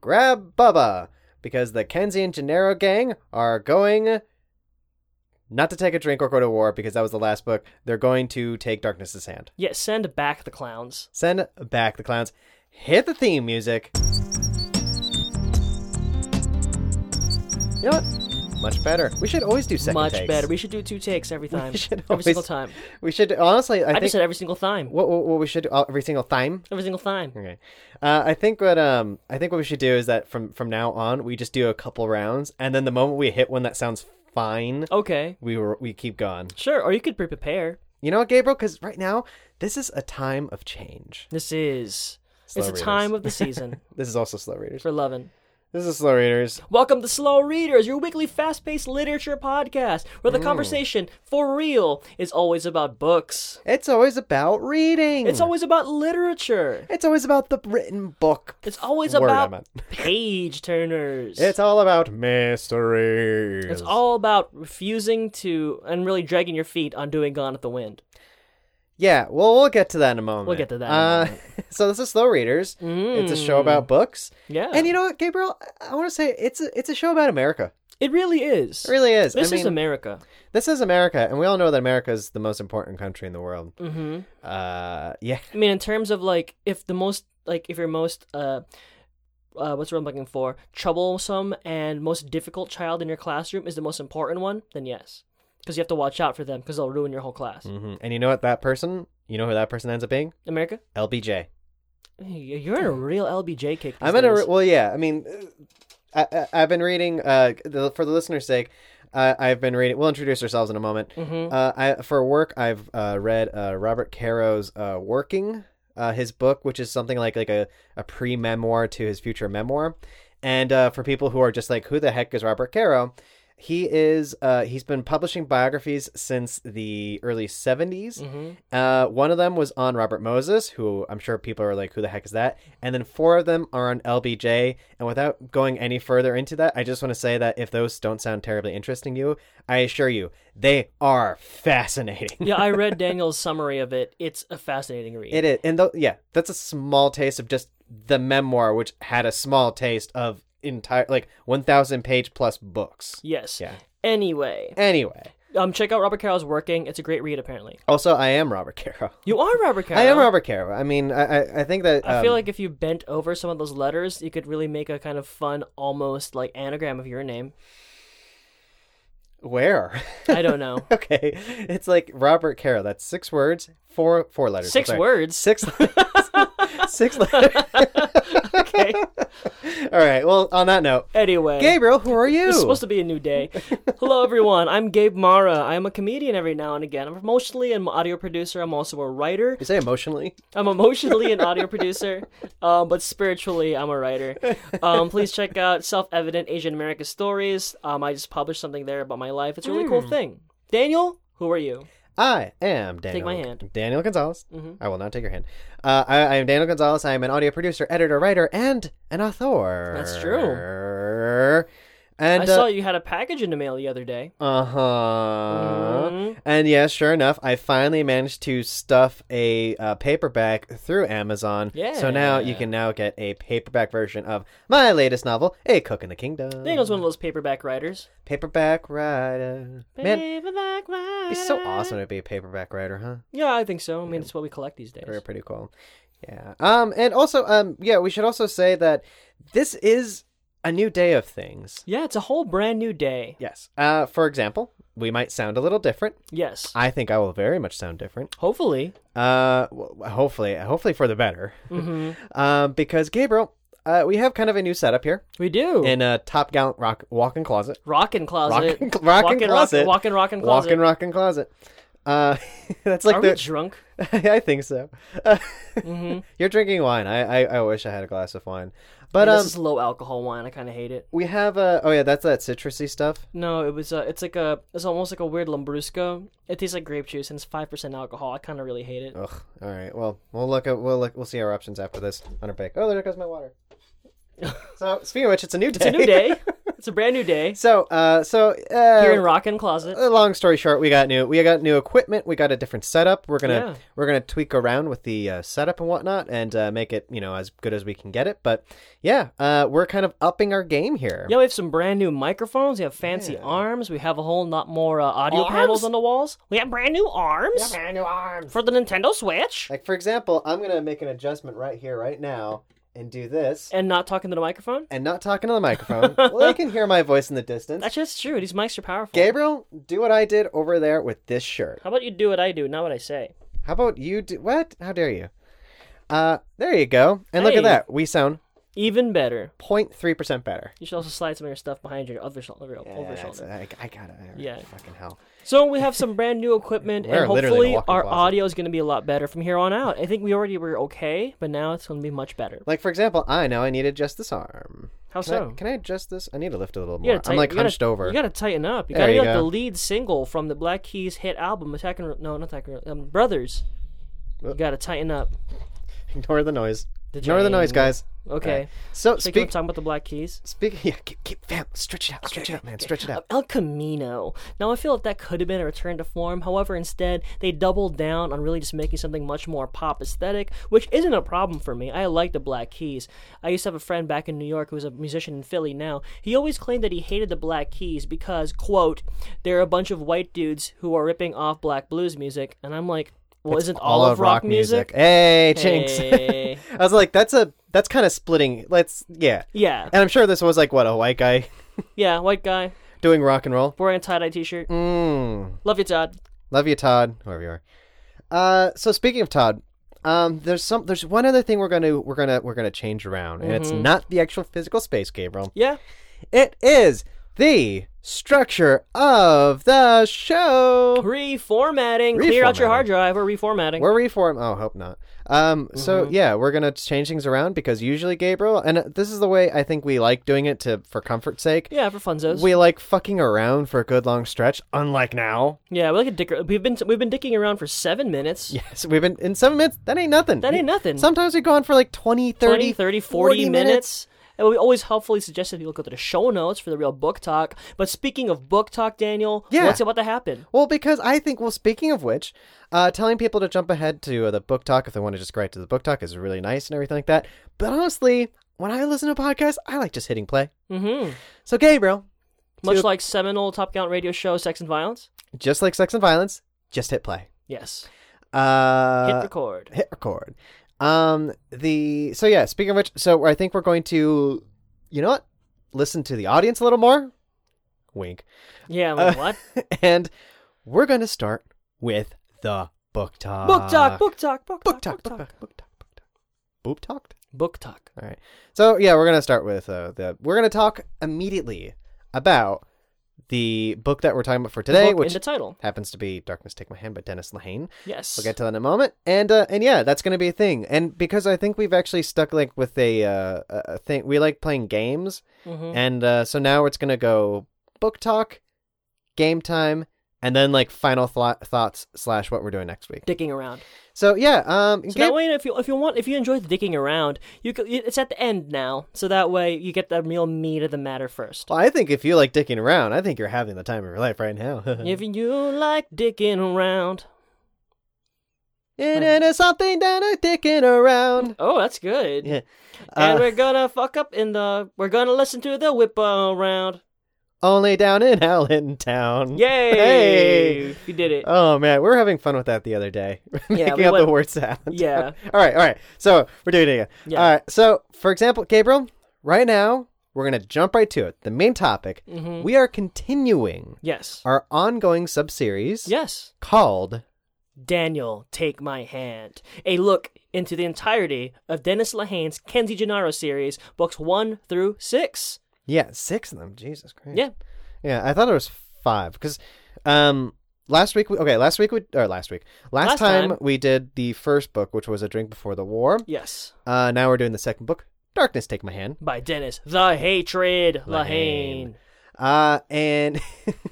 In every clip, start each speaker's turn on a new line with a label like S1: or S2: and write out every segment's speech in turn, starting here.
S1: grab Bubba because the Kenzie and Gennaro gang are going not to take a drink or go to war because that was the last book. They're going to take Darkness's hand.
S2: Yeah, send back the clowns.
S1: Send back the clowns. Hit the theme music. You know what? Much better. We should always do second
S2: Much
S1: takes.
S2: better. We should do two takes every time.
S1: should
S2: every single
S1: always-
S2: time.
S1: We should honestly. I,
S2: I,
S1: think
S2: just said every single time.
S1: what, what what we should do uh, every single time.
S2: Every single time.
S1: Okay, uh, I think what um I think what we should do is that from from now on we just do a couple rounds, and then the moment we hit one that sounds fine,
S2: Okay.
S1: we were, we keep going.
S2: Sure. Or you could pre prepare.
S1: You know what, Gabriel? Because right now this is a time of change.
S2: This is.
S1: Slow
S2: it's the
S1: readers.
S2: time of the season
S1: This is also slow readers.
S2: for loving.
S1: This is slow readers.
S2: Welcome to Slow Readers, your weekly fast paced literature podcast where
S1: Hmm.
S2: the conversation for real is always about books.
S1: It's always about reading.
S2: It's always about literature.
S1: it's always about the written book.
S2: It's always
S1: Word, I
S2: about
S1: meant.
S2: page turners.
S1: It's all about mysteries.
S2: It's all about refusing to and really dragging your feet on doing Gone with the Wind.
S1: Yeah, well, we'll get to that in a moment.
S2: get to that in a
S1: Uh,
S2: moment. Mm.
S1: so this is Slow Readers. It's a show about books.
S2: Yeah.
S1: And you know what, Gabriel? I- I want to say it's a, it's a show about America.
S2: It really is.
S1: It really is.
S2: This
S1: I mean,
S2: is America.
S1: this is America, and we all know that America is the most important country in the world. Mm-hmm. Uh, yeah.
S2: I mean, in terms of like, if the most, like, if your most, uh, uh, what's what I'm looking for? Troublesome and most difficult child in your classroom is the most important one. Then yes, because you have to watch out for them because they'll ruin your whole class.
S1: hmm And you know what? That person, you know who that person ends up being?
S2: America,
S1: LBJ.
S2: Y- you're in a real LBJ kick.
S1: I'm
S2: in
S1: gonna. Re- well, yeah. I mean, uh, I, I, I've been reading. Uh, the, for the listener's sake, uh, I've been reading. We'll introduce ourselves in a moment. Uh, I for work, I've uh, read uh, Robert Caro's uh, "Working," uh, his book, which is something like like a, a pre memoir to his future memoir. And uh, for people who are just like, who the heck is Robert Caro? He is. Uh, he's been publishing biographies since the early '70s. Uh, one of them was on Robert Moses, who I'm sure people are like, "Who the heck is that?" And then four of them are on LBJ. And without going any further into that, I just want to say that if those don't sound terribly interesting to you, I assure you they are fascinating.
S2: yeah, I read Daniel's summary of it. It's a fascinating read.
S1: It is, and tho- yeah, that's a small taste of just the memoir, which had a small taste of entire like 1,000 page plus books.
S2: yes.
S1: Yeah.
S2: Anyway,
S1: Anyway,
S2: um, check out Robert Carroll's working. It's a great read, apparently.
S1: also I am Robert Caro.
S2: You are Robert Carroll.
S1: I am Robert Caro. I mean, I I, I think that
S2: I feel
S1: um,
S2: like if you bent over some of those letters, you could really make a kind of fun, almost like anagram of your name.
S1: um, where.
S2: I don't know.
S1: Okay, it's like Robert Caro. That's six words, four four letters. I'm
S2: Six
S1: sorry.
S2: words?
S1: Six. six letters.
S2: Okay.
S1: All right. Well, on that note,
S2: Anyway.
S1: Gabriel, who are you?
S2: It's supposed to be a new day. Hello, everyone. I'm Gabe Mara. I'm a comedian every now and again. I'm mostly an audio producer. I'm also a writer.
S1: you say emotionally.
S2: I'm emotionally an audio producer, um, but spiritually, I'm a writer. Um, please check out Self Evident Asian America Stories. Um, I just published something there about my life. It's a really
S1: Hmm.
S2: cool thing. Daniel, who are you?
S1: I am Daniel.
S2: my hand. Mm-hmm.
S1: Daniel Gonzalez. I will not take your hand. Uh, I, I am Daniel Gonzalez. I am an audio producer, editor, writer, and an author.
S2: That's true.
S1: And
S2: I
S1: uh,
S2: saw you had a package in the mail the other day.
S1: Uh huh.
S2: Uh-huh.
S1: Mm-hmm. And yeah, sure enough, I finally managed to stuff a uh, paperback through Amazon. So now you
S2: Yeah.
S1: can now get a paperback version of my latest novel, A Cook in the Kingdom.
S2: Daniel's one of those paperback writers.
S1: Paperback writer. Man,
S2: paperback writer.
S1: it's so awesome to be a paperback writer, huh?
S2: Yeah, I think so. I mean, it's what we collect these days.
S1: They're pretty cool. Yeah. Um. And also, um. Yeah, we should also say that this is a new day of things.
S2: Yeah, it's a whole brand new day.
S1: Yes. Uh. For example, we might sound a little different.
S2: Yes.
S1: I think I will very much sound different.
S2: Hopefully.
S1: Uh, w- w- hopefully, hopefully for the better.
S2: Mm-hmm.
S1: um, because Gabriel, uh, we have kind of a new setup here
S2: We do.
S1: in a top gallant rock walk-in closet,
S2: Rockin' Closet.
S1: Rockin' cl- rockin'
S2: Walkin'
S1: closet.
S2: Rockin' Rockin' Closet.
S1: walk-in rockin' closet. Uh, that's like
S2: Are we Mm-hmm.
S1: the.
S2: drunk?
S1: I think so. You're drinking wine. I, I I wish I had a glass of wine, but um,
S2: this is low alcohol wine. I kind of hate it.
S1: we have uh Oh yeah, that's that citrusy stuff.
S2: No, it was. Uh, it's like a. It's almost like a weird Lambrusco. It tastes like grape juice and it's five percent alcohol. I kind of really hate it.
S1: Ugh. All right. Well, we'll look at we'll look we'll see our options after this on our pick. Oh, there goes my water. so speaking of which, it's a new day.
S2: It's a new day. It's a brand new day
S1: So, uh, so
S2: here in
S1: uh,
S2: Rockin' Closet.
S1: uh, long story short, we got new, we got new equipment, we got a different setup. We're gonna,
S2: Yeah.
S1: we're gonna tweak around with the uh, setup and whatnot, and uh, make it, you know, as good as we can get it. But yeah, uh, we're kind of upping our game here.
S2: Yeah, we have some brand new microphones. We have fancy
S1: Yeah.
S2: arms. We have a whole lot more uh, audio panels on the walls. We have brand new arms
S1: new arms.
S2: for the Nintendo Switch.
S1: Like for example, I'm gonna make an adjustment right here, right now, and do this,
S2: And not talking to the microphone?
S1: and not talking to the microphone. well, they can hear my voice in the distance.
S2: That's just true. These mics are powerful.
S1: Gabriel, do what I did over there with this shirt.
S2: How about you do what I do, not what I say?
S1: How about you do what? How dare you? Uh, there you go. And look
S2: Hey.
S1: at that. We sound
S2: Even better.
S1: 0.3 percent better.
S2: You should also slide some of your stuff behind your other shoulder. Over
S1: Yeah,
S2: your
S1: that's-
S2: shoulder.
S1: I, I got it.
S2: Yeah.
S1: Fucking hell.
S2: So we have some brand new equipment,
S1: We're
S2: and
S1: literally in a
S2: hopefully
S1: walk-in
S2: our
S1: closet.
S2: audio is going to be a lot better from here on out. I think we already were okay, but now it's going to be much better.
S1: Like for example, I know I need to adjust this arm.
S2: How
S1: Can,
S2: so?
S1: I, can I adjust this? I need to lift it a little
S2: You
S1: more.
S2: gotta
S1: I'm
S2: tight-
S1: like
S2: you gotta-
S1: hunched over.
S2: You gotta tighten up. You
S1: There
S2: gotta be
S1: you
S2: like
S1: go.
S2: the lead single from the Black Keys hit album, Attacking No, not Attacking um, Brothers.
S1: Uh,
S2: You gotta tighten up.
S1: Ignore the noise. Ignore the noise,
S2: jam.
S1: guys.
S2: Okay.
S1: So
S2: So you were
S1: speak,
S2: talking about the Black Keys.
S1: speaking. Yeah, keep, keep, fam, stretch it out, stretch it out, man, stretch it out.
S2: El Camino. Now, I feel like that could have been a return to form. However, instead, they doubled down on really just making something much more pop aesthetic, which isn't a problem for me. I like the Black Keys. I used to have a friend back in New York who was a musician in Philly now. He always claimed that he hated the Black Keys because, quote, they're a bunch of white dudes who are ripping off black blues music. And I'm like, well, isn't Uh, all, of rock, music?
S1: Hey, Jinx.
S2: Hey.
S1: I was like, that's a that's kind of splitting. Let's yeah.
S2: yeah,
S1: And I'm sure this was like what a white guy
S2: yeah, white guy,
S1: doing rock and roll.
S2: wearing a tie dye t shirt.
S1: Mm.
S2: Love you, Todd.
S1: Love you, Todd, whoever you are. Uh, so speaking of Todd, um, there's some there's one other thing we're gonna we're gonna we're gonna change around, and it's not the actual physical space, Gabriel.
S2: Yeah.
S1: It is the structure of the show.
S2: Reformatting. Clear out your
S1: Reformatting.
S2: hard drive or reformatting.
S1: We're reform. Oh, hope not. Um, so yeah, we're gonna change things around because usually Gabriel, and uh, this is the way I think we like doing it to for comfort's sake.
S2: Yeah, for funzos.
S1: We like fucking around for a good long stretch, unlike now.
S2: yeah, we like a dicker. We've been we've been dicking around for seven minutes.
S1: Yes, we've been in seven minutes. That ain't nothing.
S2: That ain't nothing.
S1: Sometimes we go on for like 20, 30,
S2: 20, 30, 40, minutes. And we always helpfully suggest that people go to the show notes for the real book talk. But speaking of book talk, Daniel,
S1: Yeah.
S2: what's about to happen?
S1: Well, because I think, well, speaking of which, uh, telling people to jump ahead to uh, the book talk if they want to just go right to the book talk is really nice and everything like that. But honestly, when I listen to podcasts, I like just hitting play.
S2: Mm-hmm.
S1: So, Gabriel,
S2: Much like seminal Top Count radio show, Sex and Violence.
S1: just like sex and violence, just hit play.
S2: Yes.
S1: Uh,
S2: Hit record.
S1: hit record. Um, the so yeah. Speaking of which, so I think we're going to, you know what, listen to the audience a little more. Wink.
S2: Yeah.
S1: uh,
S2: I'm like, what?
S1: and we're going to start with the book talk.
S2: Book talk. Book talk. Book,
S1: uh, Book
S2: talk.
S1: talk. Book talk. Book talk. Book talk. Boop talked.
S2: Book talk.
S1: All right. So yeah, we're going to start with uh, the. We're going to talk immediately about the book that we're talking about for today,
S2: Book in
S1: which
S2: the title.
S1: happens to be "Darkness Take My Hand" by Dennis Lehane.
S2: Yes.
S1: We'll get to that in a moment, and uh, and yeah, that's going to be a thing. And because I think we've actually stuck like with a uh, a a thing, we like playing games,
S2: Mhm.
S1: and uh, so now it's going to go book talk, game time, and then like final thlo- thoughts slash what we're doing next week.
S2: Dicking around.
S1: So yeah, um,
S2: So that way, if you if you want if you enjoy the dicking around, you c- it's at the end now. So that way, you get the real meat of the matter first.
S1: well, I think if you like dicking around, I think you're having the time of your life right now.
S2: If you like dicking around,
S1: It ain't something that I'm dicking around.
S2: oh, that's good.
S1: Yeah.
S2: And
S1: Uh,
S2: we're gonna fuck up in the. We're gonna listen to the whip around.
S1: only down in Allentown.
S2: Yay!
S1: Hey!
S2: You did it.
S1: Oh man, we were having fun with that the other day, making
S2: we
S1: up
S2: went-
S1: the word sound.
S2: Yeah.
S1: all right, all right. So we're doing it again.
S2: Yeah.
S1: All right. So for example, Gabriel, right now we're gonna jump right to it. The main topic.
S2: Mhm.
S1: Mm-hmm. We are continuing
S2: Yes.
S1: our ongoing sub series
S2: Yes.
S1: called
S2: Daniel, take my hand. A look into the entirety of Dennis Lehane's Kenzie Gennaro series, books one through six.
S1: Yeah, six of them. Jesus Christ.
S2: Yeah.
S1: Yeah, I thought it was five because um, last week we okay last week we or last week last,
S2: Last
S1: time,
S2: time.
S1: we did the first book which was a drink before the war.
S2: Yes.
S1: Uh, now we're doing the second book, Darkness Take My Hand.
S2: By Dennis the Hatred
S1: Lehane.
S2: Lehane.
S1: Uh, and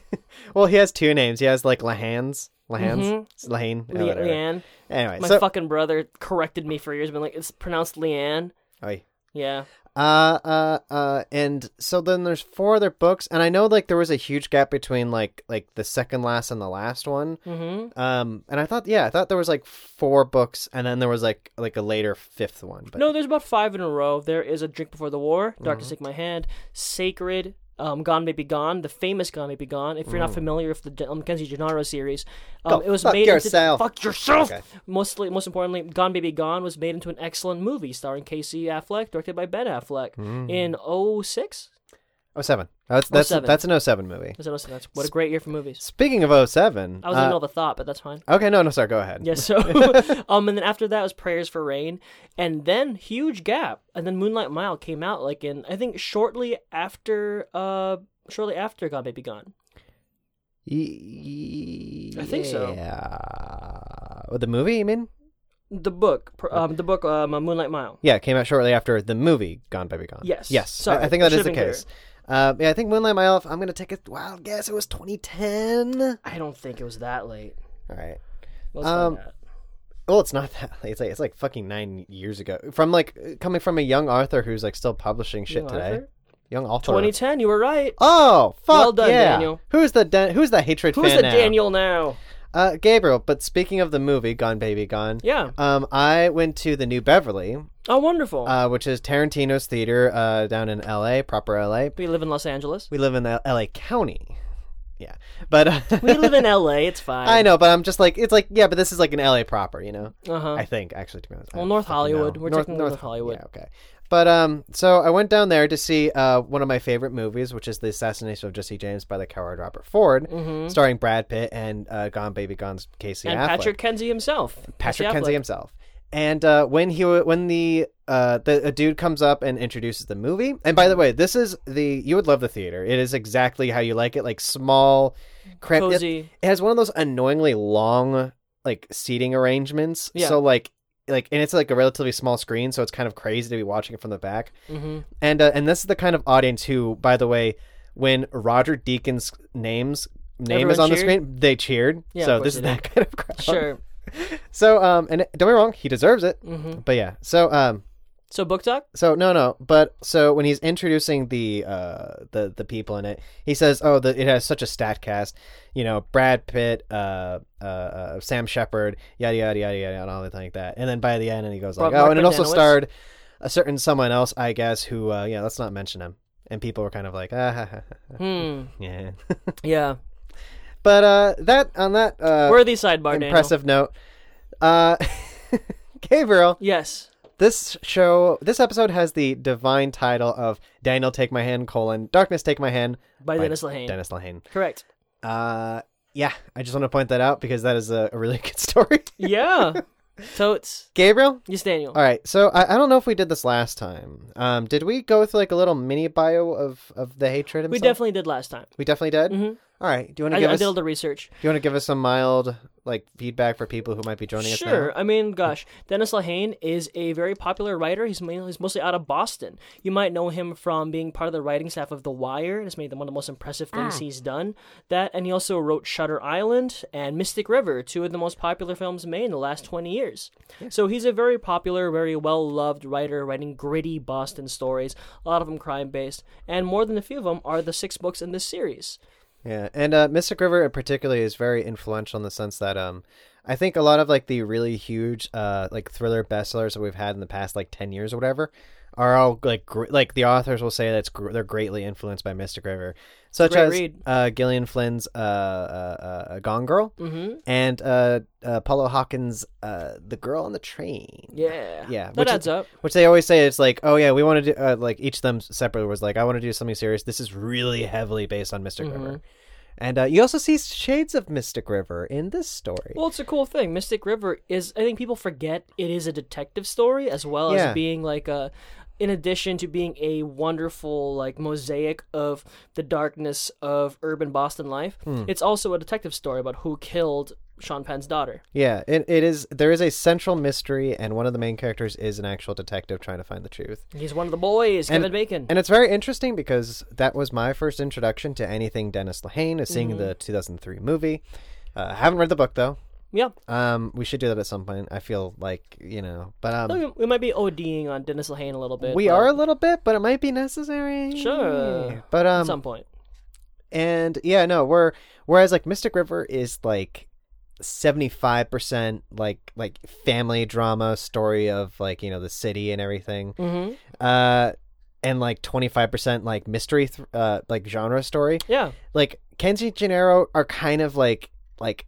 S1: well, he has two names. He has like Lahan's, Lahan's, Lahane. yeah,
S2: Mm-hmm. Le-
S1: whatever.
S2: Leanne.
S1: Anyway,
S2: My
S1: so
S2: fucking brother corrected me for years, been like, it's pronounced Leanne.
S1: Oy.
S2: Yeah.
S1: Uh, uh, uh, and so then there's four other books, and I know like there was a huge gap between like like the second last and the last one.
S2: Mm-hmm.
S1: Um, and I thought, yeah, I thought there was like four books, and then there was like like a later fifth one. But Mm-hmm.
S2: No, there's about five in a row. There is a drink before the war, Dark to Shake My Hand, Sacred, um, Gone May Be Gone, the famous Gone May Be Gone. If you're not familiar with the Gen- um, Mackenzie Gennaro series, um,
S1: Mm. Go
S2: it was
S1: fuck
S2: made
S1: yourself.
S2: into fuck yourself.
S1: Okay.
S2: Mostly, most importantly, Gone Baby Gone was made into an excellent movie starring Casey Affleck, directed by Ben Affleck
S1: Mm.
S2: in 06?
S1: oh seven. That's that's
S2: 07.
S1: that's an 07 movie.
S2: Is that 06? That's what a great year for movies.
S1: Speaking of 07,
S2: I was in the middle of a thought, but that's fine.
S1: uh, okay, no, no, sorry, go ahead.
S2: Yeah, so um and then after that was Prayers for Rain and then huge gap. And then Moonlight Mile came out like in I think shortly after uh shortly after God Baby Gone.
S1: Y-
S2: I think so.
S1: Yeah. Well, the movie, you mean?
S2: The book pr- um the book um Moonlight Mile.
S1: Yeah, it came out shortly after the movie Gone Baby Gone.
S2: Yes.
S1: Yes.
S2: Sorry,
S1: I, I think
S2: that
S1: that is
S2: should've
S1: the
S2: been
S1: case. Uh, yeah, I think Moonlight Mile, if I'm going to take a wild guess, it was 2010.
S2: I don't think it was that late.
S1: All right.
S2: Let's
S1: Um,
S2: find out.
S1: Well, it's not that late. It's like, it's like fucking nine years ago. From like coming from a young author who's like still publishing shit
S2: Young
S1: today.
S2: author?
S1: Young author.
S2: 2010, you were right.
S1: Oh fuck
S2: Well done,
S1: yeah!
S2: Daniel.
S1: Who's the Dan- who's the hatred
S2: Who's
S1: fan
S2: the
S1: now?
S2: Daniel now?
S1: Uh, Gabriel. But speaking of the movie Gone Baby Gone,
S2: Yeah.
S1: Um, I went to the New Beverly,
S2: Oh, wonderful.
S1: uh, which is Tarantino's theater uh, down in L.A. Proper L.A.
S2: we live in Los Angeles.
S1: We live in L- L.A. County. Yeah, but
S2: We live in LA, it's fine.
S1: I know, but I'm just like it's like yeah, but this is like an L.A. proper, you know.
S2: Uh-huh.
S1: I think actually, to be honest. I
S2: Well,
S1: don't
S2: North
S1: fucking
S2: Hollywood.
S1: know.
S2: We're technically North Hollywood.
S1: Yeah, okay. But um, so I went down there to see uh one of my favorite movies, which is the assassination of Jesse James by the coward Robert Ford, starring Brad Pitt and uh, Gone Baby Gone's Casey
S2: Mm-hmm. and
S1: Affleck,
S2: Patrick Kenzie himself.
S1: Patrick
S2: Casey
S1: Kenzie
S2: Affleck.
S1: himself. And uh, when he wa- when the uh the a dude comes up and introduces the movie, and by the way, this is the you would love the theater. It is exactly how you like it, like small, cramped. it-
S2: Cozy.
S1: it has one of those annoyingly long like seating arrangements.
S2: Yeah.
S1: So like like and it's like a relatively small screen, so it's kind of crazy to be watching it from the back.
S2: hmm
S1: And uh, and this is the kind of audience who, by the way, when Roger Deacon's names name
S2: Everyone
S1: is on the
S2: cheered?
S1: screen, they cheered.
S2: Yeah, of
S1: so
S2: course
S1: this is
S2: they
S1: that kind of crowd.
S2: Sure.
S1: So um and don't be wrong, he deserves it.
S2: hmm
S1: But yeah. So um
S2: So book talk.
S1: so no, no, but so when he's introducing the uh the the people in it, he says, "Oh, the, it has such a stat cast, you know, Brad Pitt, uh, uh, uh Sam Shepard, yada yada yada yada, and all that like that." And then by the end, and he goes like,
S2: Mark- Mark
S1: "Oh, and it also
S2: Bogdanowicz?
S1: starred a certain someone else, I guess, who uh, yeah, let's not mention him." And people were kind of like, "Ah, ha, ha, ha,
S2: Hmm.
S1: yeah."
S2: Yeah.
S1: but uh, that on that uh,
S2: Worthy sidebar. Daniel.
S1: impressive note, uh, Gabriel,
S2: Yes.
S1: this show, this episode has the divine title of Daniel Take My Hand, colon, Darkness Take My Hand,
S2: By
S1: By
S2: Dennis Lehane.
S1: Dennis Lehane.
S2: Correct.
S1: Uh, yeah, I just want to point that out because that is a, a really good story.
S2: Yeah. Totes.
S1: Gabriel?
S2: Yes, Daniel.
S1: All right, so I, I don't know if we did this last time. Um, did we go through like a little mini bio of, of the hatred himself?
S2: we definitely did last time.
S1: We definitely did?
S2: Mhm.
S1: All right, do you want to
S2: I, I
S1: give
S2: did
S1: us,
S2: a
S1: do
S2: little research.
S1: you want to give us some mild like feedback for people who might be joining us now?
S2: Sure. I mean, gosh, Dennis Lehane is a very popular writer. He's mainly, he's mostly out of Boston. You might know him from being part of the writing staff of The Wire. It's maybe one of the most impressive
S1: Ah.
S2: things he's done. That, and he also wrote Shutter Island and Mystic River, two of the most popular films made in the last 20 years. So he's a very popular, very well loved writer, writing gritty Boston stories, a lot of them crime based, and more than a few of them are the six books in this series.
S1: Yeah, and uh, Mystic River particularly is very influential in the sense that um, I think a lot of like the really huge uh like thriller bestsellers that we've had in the past like ten years or whatever are all like gr- like the authors will say that's gr- they're greatly influenced by Mystic River, such
S2: great
S1: as
S2: read.
S1: uh, Gillian Flynn's uh, uh, uh Gone Girl
S2: Mm-hmm.
S1: and uh, uh Paulo Hawkins' uh The Girl on the Train.
S2: Yeah.
S1: Yeah,
S2: That
S1: which is-
S2: adds up.
S1: Which they always say it's like, oh yeah, we want to do uh, like each of them separately was like, I want to do something serious. This is really heavily based on Mystic River, and uh, you also see shades of Mystic River in this story.
S2: Well, it's a cool thing. Mystic River is. I think people forget it is a detective story as well
S1: Yeah.
S2: as being like a. In addition to being a wonderful like mosaic of the darkness of urban Boston life,
S1: Hmm.
S2: it's also a detective story about who killed Sean Penn's daughter.
S1: yeah, it, it is. There is a central mystery, and one of the main characters is an actual detective trying to find the truth.
S2: He's one of the boys, Kevin Bacon.
S1: And it's very interesting because that was my first introduction to anything Dennis Lehane, is seeing the 2003 movie. Uh, I haven't read the book though.
S2: Yeah.
S1: Um, we should do that at some point. I feel like you know, but um,
S2: No, we- we might be ODing on Dennis Lehane a little bit.
S1: we
S2: but
S1: are a little bit, but it might be necessary.
S2: Sure.
S1: But
S2: at
S1: um,
S2: some point.
S1: and yeah, no, we're whereas like Mystic River is like seventy five percent like like family drama story of like you know the city and everything,
S2: hmm
S1: uh, and like twenty five percent like mystery th- uh like genre story.
S2: Yeah.
S1: Like Kenzie and Gennaro are kind of like like.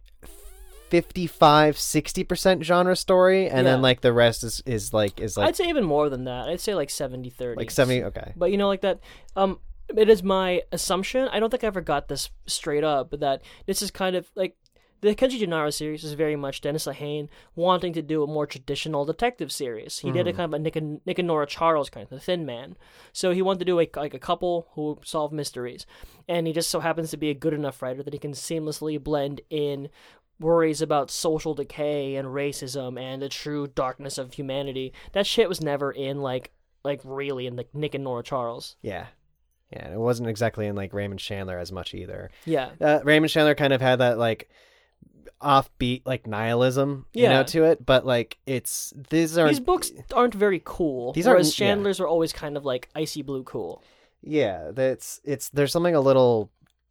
S1: 55 60% genre story and then
S2: Yeah.
S1: like the rest is is like is like
S2: I'd say even more than that. I'd say like 70 30.
S1: like 70 okay
S2: But you know, like that. Um, it is my assumption. I don't think I ever got this straight up, but that this is kind of like the Kenji Gennaro series is very much Dennis Lehane wanting to do a more traditional detective series. He did a kind of a Nick and, Nick and Nora Charles kind of the Thin Man. So he wanted to do a, like a couple who solve mysteries, and he just so happens to be a good enough writer that he can seamlessly blend in worries about social decay and racism and the true darkness of humanity. That shit was never in like like really in like Nick and Nora Charles.
S1: yeah yeah and it wasn't exactly in like Raymond Chandler as much either
S2: Yeah.
S1: uh, Raymond Chandler kind of had that like offbeat like nihilism you know
S2: Yeah.
S1: to it but like it's these are
S2: These books aren't very cool.
S1: These
S2: These whereas
S1: aren't-
S2: Chandler's are always kind of like icy blue cool.
S1: yeah that's it's there's something a little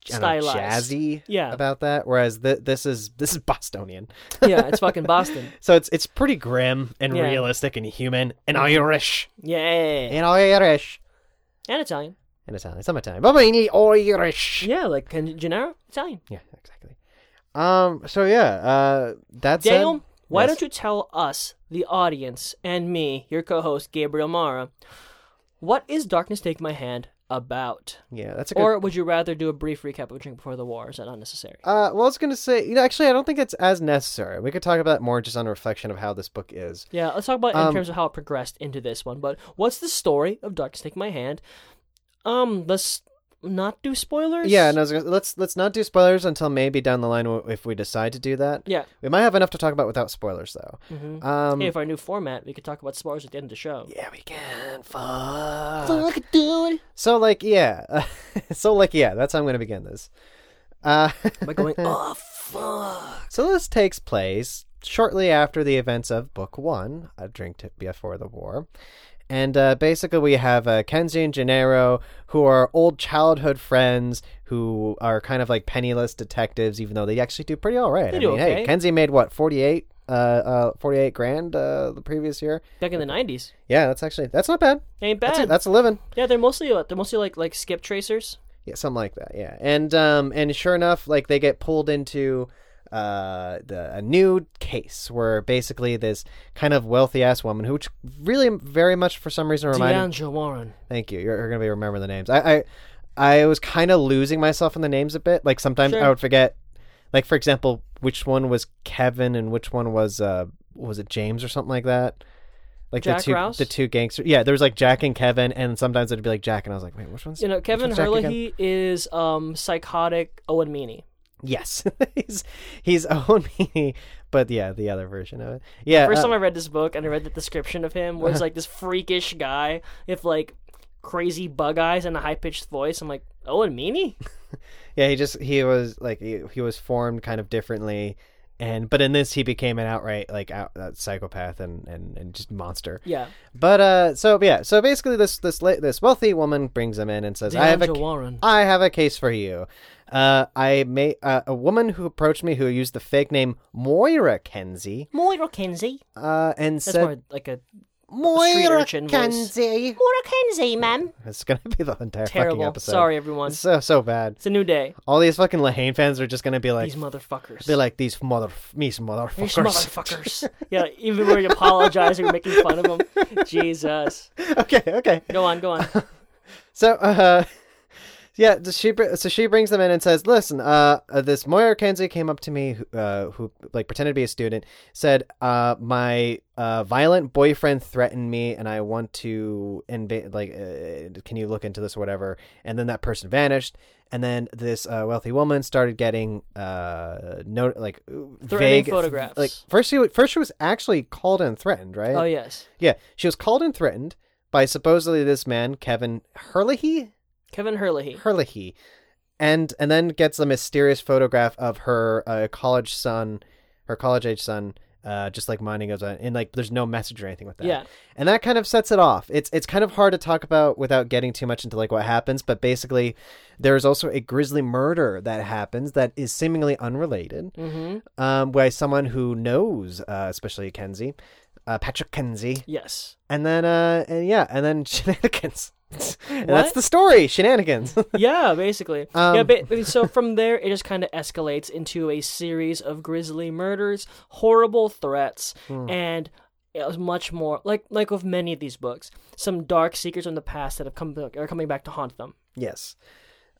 S1: I don't know,
S2: Stylized.
S1: jazzy
S2: Yeah.
S1: about that whereas th- this is this is Bostonian
S2: yeah, it's fucking Boston.
S1: so it's it's pretty grim and
S2: Yeah.
S1: realistic and human and Irish
S2: Yeah.
S1: and Irish
S2: And Italian.
S1: and Italian summertime but mainly Irish
S2: Yeah, like Ken Gennaro, Italian.
S1: yeah exactly um so yeah uh that's
S2: Daniel, why
S1: Yes.
S2: don't you tell us, the audience, and me, your co host, Gabriel Mara, what is Darkness Take My Hand about?
S1: yeah that's a good
S2: Or would you rather do a brief recap of Drink Before the War? Is that unnecessary?
S1: Uh, well, I was gonna say, you know, actually, I don't think it's as necessary. We could talk about it more just on reflection of how this book is.
S2: Yeah, let's talk about it in
S1: Um,
S2: terms of how it progressed into this one. But what's the story of Darkness Take My Hand? Um, let's not do spoilers.
S1: Yeah, and I was gonna, let's let's not do spoilers until maybe down the line w- if we decide to do that.
S2: Yeah.
S1: We might have enough to talk about without spoilers, though.
S2: Mhm.
S1: Um,
S2: Hey, if our new format, we could talk about spoilers at the end of the show.
S1: yeah, we can. Fuck.
S2: Fuck, dude.
S1: So like, yeah. so like, yeah. That's how I'm gonna begin this. Uh,
S2: By going, oh fuck.
S1: so this takes place shortly after the events of Book One, A Drink to Before the War. And uh, basically, we have uh, Kenzie and Gennaro, who are old childhood friends who are kind of like penniless detectives, even though they actually do pretty all right.
S2: They
S1: I
S2: do
S1: mean, hey,
S2: okay.
S1: Kenzie made what, 48? Uh, uh, 48 grand uh, the previous year.
S2: Back in the nineties,
S1: Yeah, that's actually, that's not bad.
S2: ain't
S1: That's,
S2: bad.
S1: that's a living.
S2: yeah, they're mostly uh, they're mostly like like skip tracers.
S1: Yeah, something like that. Yeah, and um, and sure enough, like they get pulled into uh the a new case where basically this kind of wealthy ass woman who which really very much for some reason reminded
S2: D'Angelo Warren.
S1: thank you you're, you're gonna be remembering the names i i, I was kind of losing myself in the names a bit like sometimes
S2: Sure.
S1: i would forget like for example which one was kevin and which one was uh was it james or something like that like
S2: Jack
S1: the two
S2: Rouse?
S1: the two gangsters yeah there was like jack and kevin and sometimes it'd be like jack and i was like wait which one's
S2: You know, Kevin
S1: one's Jackie
S2: Herlihy is um psychotic Owen Meany.
S1: Yes, he's he's own Meany, but yeah, the other version of it. Yeah,
S2: First
S1: uh,
S2: time I read this book and I read the description of him was like this freakish guy with like crazy bug eyes and a high pitched voice. I'm like, "Oh, Owen Meany?
S1: yeah, he just he was like he, he was formed kind of differently, and but in this he became an outright like out, uh, psychopath and, and and just monster.
S2: Yeah.
S1: But uh, so yeah, so basically this this la- this wealthy woman brings him in and says, "I have a
S2: D'Angelo
S1: ca-
S2: Warren.
S1: I have a case for you." Uh, I may uh, a woman who approached me who used the fake name Moira Kenzie,
S2: Moira Kenzie.
S1: uh, and
S2: That's
S1: said
S2: more like a street
S1: Moira
S2: urchin voice.
S1: Kenzie.
S2: Moira Kenzie, ma'am.
S1: It's gonna be the entire fucking
S2: Terrible.
S1: episode.
S2: Sorry, everyone.
S1: So so bad.
S2: It's a new day.
S1: All these fucking Lahane fans are just gonna be like,
S2: These motherfuckers.
S1: be like these mother, these motherfuckers.
S2: These motherfuckers. yeah, even when you apologize, you're making fun of them. Jesus.
S1: okay, okay.
S2: Go on, go on.
S1: So, uh, yeah, th- she br- so she brings them in and says, "Listen, uh, uh, this Moira Kenzie came up to me, who- uh, who like pretended to be a student, said, uh, my uh, violent boyfriend threatened me, and I want to, and ba- like, uh, can you look into this, or whatever?" And then that person vanished. And then this uh, wealthy woman started getting uh, no like
S2: Threatening
S1: vague
S2: photographs.
S1: Like first she first she was actually called and threatened, right?
S2: oh, yes.
S1: Yeah, she was called and threatened by supposedly this man Kevin Herlihy,
S2: Kevin Herlihy.
S1: Herlihy, and and then gets a mysterious photograph of her uh, college son her college age son, uh, just like mine goes on, and like there's no message or anything with that.
S2: Yeah.
S1: and that kind of sets it off. It's it's kind of hard to talk about without getting too much into like what happens, but basically, there is also a grisly murder that happens that is seemingly unrelated,
S2: Mm-hmm.
S1: um, by someone who knows, uh, especially Kenzie, uh, Patrick Kenzie,
S2: Yes.
S1: and then uh, and yeah, and then shenanigans. and that's
S2: What?
S1: the story, shenanigans.
S2: Yeah, basically.
S1: Um,
S2: yeah, ba- ba- so from there, it just kind of escalates into a series of grisly murders, horrible threats,
S1: Hmm.
S2: and it was much more like like with many of these books, some dark secrets from the past that have come back, are coming back to haunt them.
S1: Yes.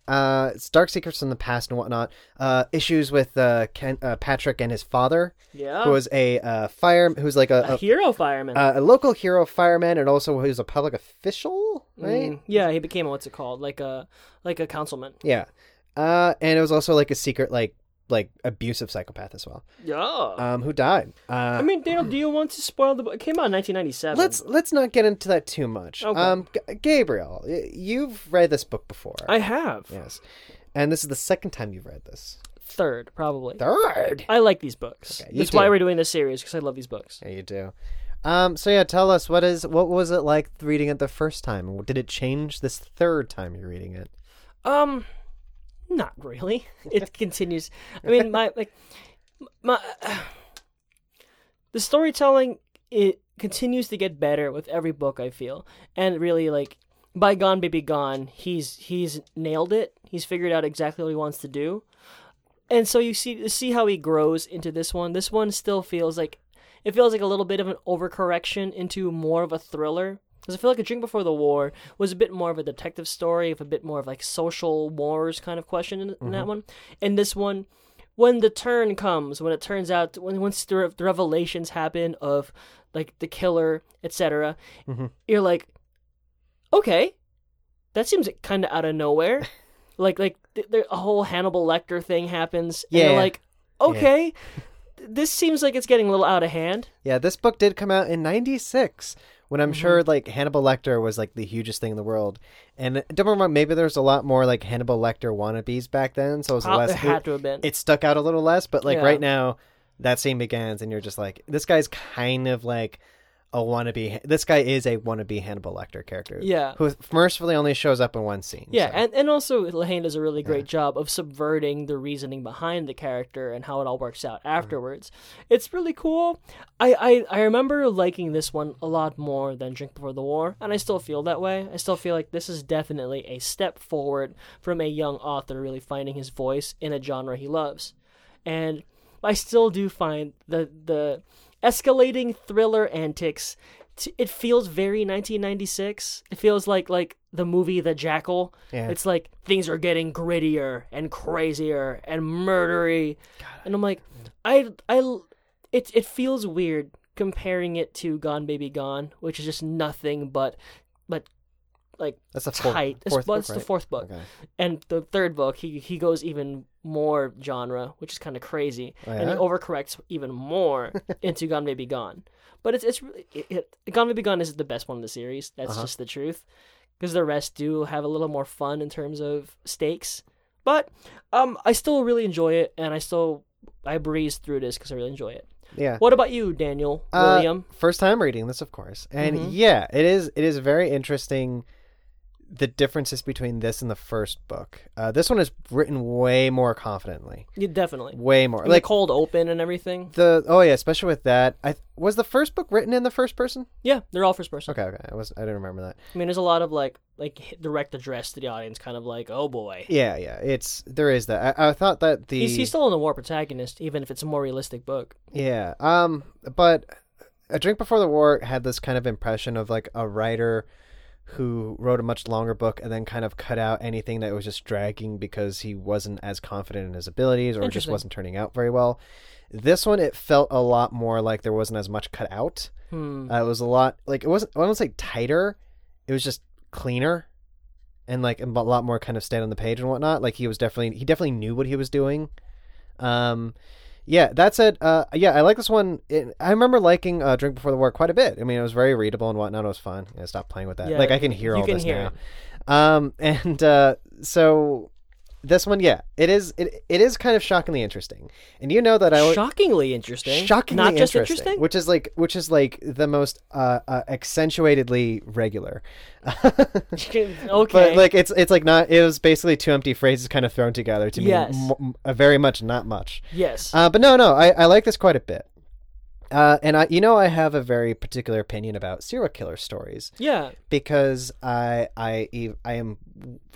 S1: Uh, it's dark secrets from the past and whatnot. Uh, issues with uh, Ken, uh, Patrick and his father,
S2: Yeah,
S1: who was a uh, fire, who's like
S2: Oh. a
S1: a,
S2: hero fireman.
S1: a, a local hero fireman, and also who's a public official, right?
S2: Mm, yeah, he became a, what's it called, like a like a councilman.
S1: Yeah. Uh, and it was also like a secret, like like abusive psychopath as well,
S2: Yeah.
S1: um, who died. Uh,
S2: I mean, Daniel, do you want to spoil the book? It came out in 1997.
S1: let's let's not get into that too much.
S2: Okay.
S1: Um, G- Gabriel, y- you've read this book before,
S2: I have
S1: yes, and this is the second time you've read this.
S2: third probably.
S1: Third.
S2: I like these books.
S1: Okay, you
S2: That's why
S1: do.
S2: we're doing this series because I love these books.
S1: Yeah, you do. Um, so yeah, tell us what is what was it like reading it the first time? Did it change this third time you're reading it?
S2: Um, not really. It continues. I mean, my like my the storytelling it continues to get better with every book I feel, and really like by Gone Baby Gone, he's he's nailed it. He's figured out exactly what he wants to do, and so you see see how he grows into this one. This one still feels like it feels like a little bit of an overcorrection into more of a thriller. Because I feel like A Drink Before the War was a bit more of a detective story, of a bit more of like social wars kind of question in, in that one. And this one, when the turn comes, when it turns out, when once the, re- the revelations happen of like the killer, etc.,
S1: Mhm.
S2: you're like, okay, that seems kind of out of nowhere. like like th- there, a whole Hannibal Lecter thing happens, and
S1: Yeah.
S2: you're like, okay, th- this seems like it's getting a little out of hand.
S1: Yeah, this book did come out in '96, when I'm sure
S2: Mm-hmm.
S1: like Hannibal Lecter was like the hugest thing in the world. And don't remember, maybe there was a lot more like Hannibal Lecter wannabes back then, so it was
S2: Pro-
S1: less.
S2: it had to have been.
S1: It stuck out a little less, but like
S2: Yeah.
S1: right now, that scene begins, and you're just like, this guy's kind of like a wannabe. This guy is a wannabe Hannibal Lecter character.
S2: Yeah.
S1: who mercifully only shows up in one scene.
S2: yeah,
S1: so.
S2: and, and also Lehane does a really great job of subverting the reasoning behind the character and how it all works out afterwards. It's really cool. I, I, I remember liking this one a lot more than Drink Before the War, and I still feel that way. I still feel like this is definitely a step forward from a young author really finding his voice in a genre he loves. and I still do find the the escalating thriller antics. t- It feels very 1996. It feels like like the movie The Jackal.
S1: Yeah.
S2: It's like things are getting grittier and crazier and murdery, and I'm like, I I l- it it feels weird comparing it to Gone Baby Gone, which is just nothing but but like
S1: that's the fourth,
S2: tight. It's-
S1: fourth
S2: well,
S1: book,
S2: it's the
S1: right?
S2: fourth book
S1: Okay.
S2: and the third book he he goes even more genre which is kind of crazy
S1: Oh,
S2: and he
S1: yeah?
S2: overcorrects even more into gone baby gone but it's it's really it, it, gone baby gone is the best one in the series that's
S1: Uh-huh.
S2: just the truth because the rest do have a little more fun in terms of stakes but um i still really enjoy it and i still i breeze through this because i really enjoy it
S1: Yeah.
S2: what about you daniel
S1: Uh,
S2: william
S1: First time reading this, of course, and
S2: Mhm.
S1: yeah, it is. It is very interesting. The differences between this and the first book. Uh, this one is written way more confidently,
S2: yeah, definitely
S1: way more
S2: like
S1: like
S2: cold open and everything
S1: the. Oh yeah, especially with that. I was the first book written in the first person.
S2: yeah they're all first person
S1: Okay, okay. I was. I didn't remember that.
S2: I mean, there's a lot of like like h- direct address to the audience, kind of like, oh boy.
S1: Yeah, yeah. It's there is that. I, I thought that the
S2: He's, he's still in the war protagonist, even if it's a more realistic book.
S1: Yeah. Um but A Drink Before the War had this kind of impression of like a writer who wrote a much longer book and then kind of cut out anything that was just dragging because he wasn't as confident in his abilities or just
S2: Interesting.
S1: wasn't turning out very well. This one it felt a lot more like there wasn't as much cut out.
S2: Hmm.
S1: Uh, it was a lot like it wasn't I won't say tighter. It was just cleaner and like a lot more kind of stand on the page and whatnot. Like he was definitely he definitely knew what he was doing. Um, yeah, that's it. Uh, yeah, I like this one. It, I remember liking uh, Drink Before the War quite a bit. I mean, it was very readable and whatnot. It was fun. I stopped playing with that.
S2: Yeah,
S1: like I can hear
S2: you
S1: all
S2: can
S1: this
S2: hear
S1: now. Um, and uh, Um, so this one, yeah, it is. It, it is kind of shockingly interesting, and you know that I always,
S2: Shockingly interesting.
S1: shockingly
S2: Not just
S1: interesting,
S2: interesting.
S1: which is like which is like the most uh, uh accentuatedly regular.
S2: okay.
S1: But like it's it's like not it was basically two empty phrases kind of thrown together to mean
S2: Yes.
S1: m- a very much not much.
S2: yes.
S1: Uh, but no, no, I, I like this quite a bit. Uh, and I, you know, I have a very particular opinion about serial killer stories
S2: yeah.
S1: because I, I, ev- I am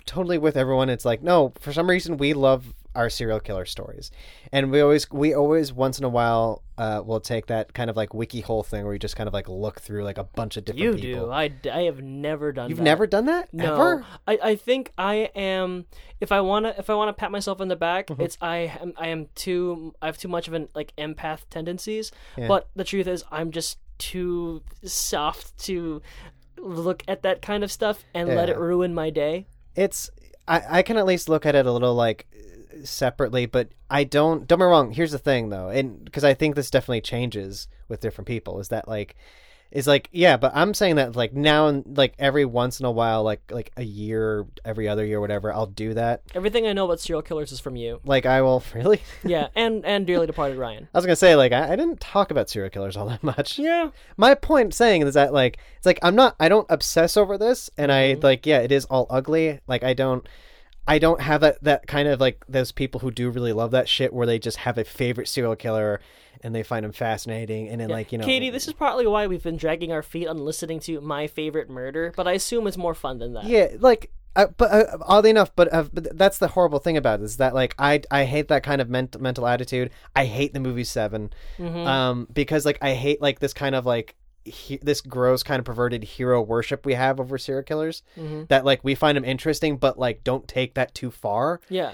S1: totally with everyone. It's like, no, for some reason we love our serial killer stories, and we always, we always once in a while, uh, will take that kind of like wiki hole thing where you just kind of like look through like a bunch of different.
S2: You
S1: people.
S2: do. I, d- I have never done
S1: You've
S2: that.
S1: never done that
S2: No,
S1: ever.
S2: I, I think I am. If I wanna if I wanna pat myself on the back,
S1: Mm-hmm.
S2: it's I am I am too I have too much of an like empath tendencies.
S1: Yeah.
S2: But the truth is, I'm just too soft to look at that kind of stuff and let
S1: Yeah.
S2: it ruin my day.
S1: it's I, I can at least look at it a little like separately but i don't don't get me wrong here's the thing though and because i think this definitely changes with different people is that like is like yeah but i'm saying that like now and like every once in a while like like a year every other year whatever i'll do that
S2: Everything I know about serial killers is from you.
S1: like i will really
S2: Yeah, and and dearly departed Ryan.
S1: i was gonna say like I, I didn't talk about serial killers all that much
S2: Yeah,
S1: my point saying is that like it's like i'm not i don't obsess over this and i like yeah it is all ugly like i don't i don't have that that kind of like those people who do really love that shit where they just have a favorite serial killer and they find him fascinating and then like you know
S2: Katie, this is partly why we've been dragging our feet on listening to my favorite murder. But I assume it's more fun than that.
S1: yeah like uh, but uh, oddly enough, but, uh, but that's the horrible thing about it is that like I I hate that kind of ment- mental attitude. I hate the movie 7
S2: Mm-hmm.
S1: um, because like I hate like this kind of like he- this gross kind of perverted hero worship we have over serial killers.
S2: Mm-hmm.
S1: that like we find them interesting but like don't take that too far
S2: Yeah.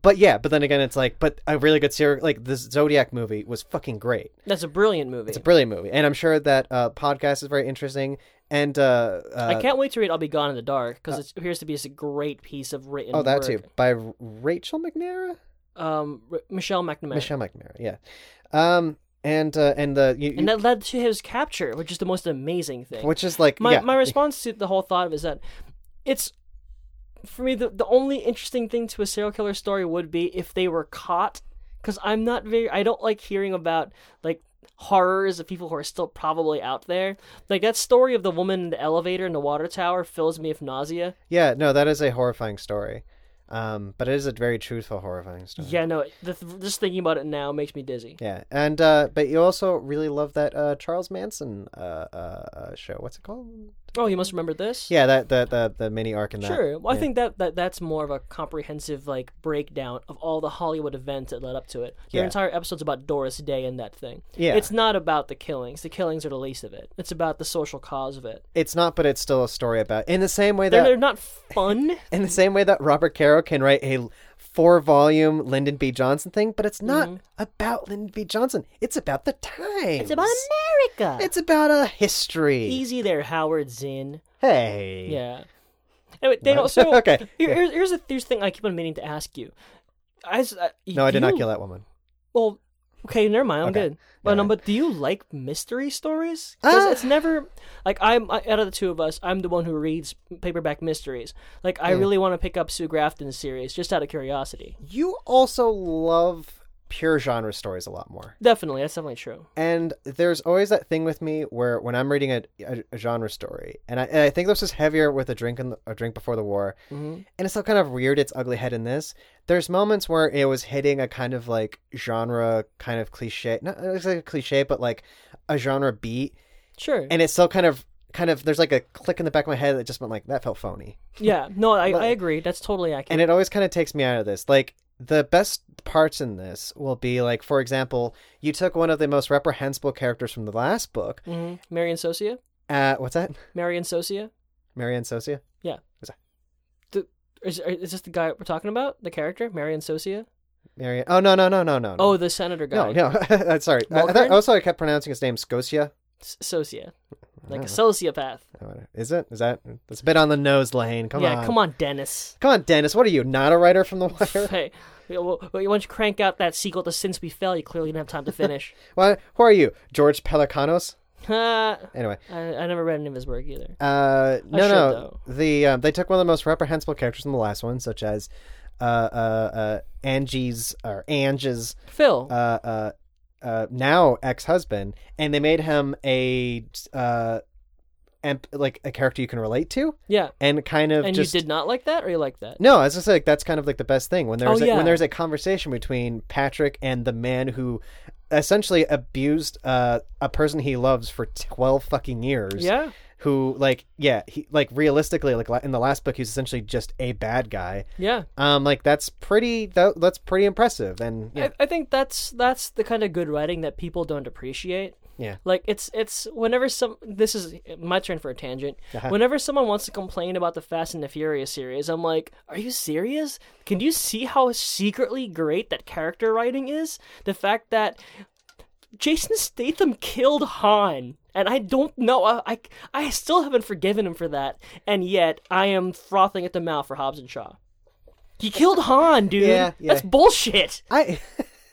S1: but yeah but then again it's like but a really good serial like the zodiac movie was fucking great
S2: That's a brilliant movie.
S1: it's a brilliant movie and i'm sure that uh podcast is very interesting and uh, uh
S2: I can't wait to read "I'll Be Gone in the Dark" because it appears to be a great piece of written.
S1: oh that
S2: work.
S1: too by R- rachel mcnara
S2: Um, R- Michelle McNamara,
S1: michelle mcnara yeah um and uh and the you,
S2: and that led to his capture, which is the most amazing thing.
S1: which is like
S2: my
S1: yeah,
S2: my response to the whole thought of it is that it's for me the the only interesting thing to a serial killer story would be if they were caught, because I'm not very I don't like hearing about like horrors of people who are still probably out there. Like that story of the woman in the elevator in the water tower fills me with nausea.
S1: yeah no that is a horrifying story um but it is a very truthful horrifying story
S2: Yeah, no, the, th- just thinking about it now makes me dizzy.
S1: Yeah, and uh, but you also really love that uh, Charles Manson uh, uh, uh, show. What's it called?
S2: Oh, you must remember this.
S1: Yeah, that the the, the mini arc in that.
S2: Sure. Well, I
S1: Yeah.
S2: think that, that that's more of a comprehensive like breakdown of all the Hollywood events that led up to it. Your
S1: Yeah.
S2: entire episode's about Doris Day and that thing.
S1: Yeah.
S2: It's not about the killings. The killings are the least of it. It's about the social cause of it.
S1: it's not, but it's still a story about. In the same way
S2: They're,
S1: that
S2: they're not fun.
S1: in the same way that Robert Caro can write a four volume Lyndon B Johnson thing, but it's not about Lyndon B Johnson. It's about the times.
S2: Mm-hmm. it's about America.
S1: It's about a history.
S2: Easy there, Howard Zinn.
S1: Hey.
S2: Yeah. Anyway, they don't.
S1: What?
S2: So
S1: Okay.
S2: Here, here's here's the here's the thing I keep on meaning to ask you. I, s- uh,
S1: No, I did not
S2: you-
S1: kill that woman.
S2: Well, okay, never mind. I'm
S1: Okay.
S2: good. But um,
S1: Yeah.
S2: but do you like mystery stories? Because
S1: Ah.
S2: it's never like I'm I- out of the two of us. I'm the one who reads paperback mysteries. Like
S1: Hmm.
S2: I really want to pick up Sue Grafton's series just out of curiosity.
S1: You also love pure genre stories a lot more.
S2: Definitely, that's definitely true.
S1: And there's always that thing with me where when I'm reading a, a, a genre story, and I, and I think this is heavier with a drink in the, a drink before the war,
S2: Mhm.
S1: and it's still kind of weird its ugly head in this. There's moments where it was hitting a kind of like genre, kind of cliche, not exactly a cliche, but like a genre beat,
S2: Sure.
S1: and it's still kind of kind of there's like a click in the back of my head that just went like that felt phony,
S2: yeah. No, I, I agree. That's totally accurate.
S1: and it always kind of takes me out of this. Like the best parts in this will be like, for example, you took one of the most reprehensible characters from the last book.
S2: hmm Marion Socia.
S1: Uh, what's that?
S2: Marion Socia.
S1: Marianne Sosia?
S2: Is, is this the guy we're talking about? The character Marion Socia?
S1: Marianne? Oh no no no no no. no.
S2: Oh, the senator
S1: no
S2: guy.
S1: no. Sorry. I, I thought,
S2: Mulgren?
S1: also, I kept pronouncing his name Scotia.
S2: S- Socia, like
S1: Oh.
S2: a sociopath.
S1: Is it? Is that? That's a bit on the nose, Lane. Come
S2: yeah.
S1: on.
S2: Come on, Dennis.
S1: Come on, Dennis. What are you? Not a writer from The Wire?
S2: hey, well, well, why don't you crank out that sequel to Since We Fell? You clearly didn't have time to finish.
S1: Why? Who are you? George Pelicanos?
S2: Uh,
S1: Anyway.
S2: I, I never read any of his work either.
S1: Uh, no, uh,
S2: should,
S1: no. The um, they took one of the most reprehensible characters in the last one, such as uh, uh, uh, Angie's or Ange's
S2: Phil.
S1: uh, uh, uh, now ex-husband, and they made him a uh, emp- like a character you can relate to,
S2: yeah.
S1: and kind of
S2: And
S1: just
S2: you did not like that, or you liked that?
S1: no, I was just like that's kind of like the best thing when there's
S2: Oh,
S1: a,
S2: yeah.
S1: when there's a conversation between Patrick and the man who essentially abused uh, a person he loves for twelve fucking years.
S2: Yeah.
S1: Who like yeah he like realistically like la- in the last book he's essentially just a bad guy.
S2: Yeah.
S1: Um like that's pretty that, that's pretty impressive and yeah
S2: I, I think that's that's the kind of good writing that people don't appreciate.
S1: Yeah.
S2: Like it's it's whenever some this is my turn for a tangent.
S1: Uh-huh.
S2: Whenever someone wants to complain about the Fast and the Furious series, I'm like, are you serious? Can you see how secretly great that character writing is? The fact that Jason Statham killed Han. And I don't know. I, I, I still haven't forgiven him for that. And yet, I am frothing at the mouth for Hobbs and Shaw. He killed Han, dude.
S1: Yeah, yeah.
S2: That's bullshit.
S1: I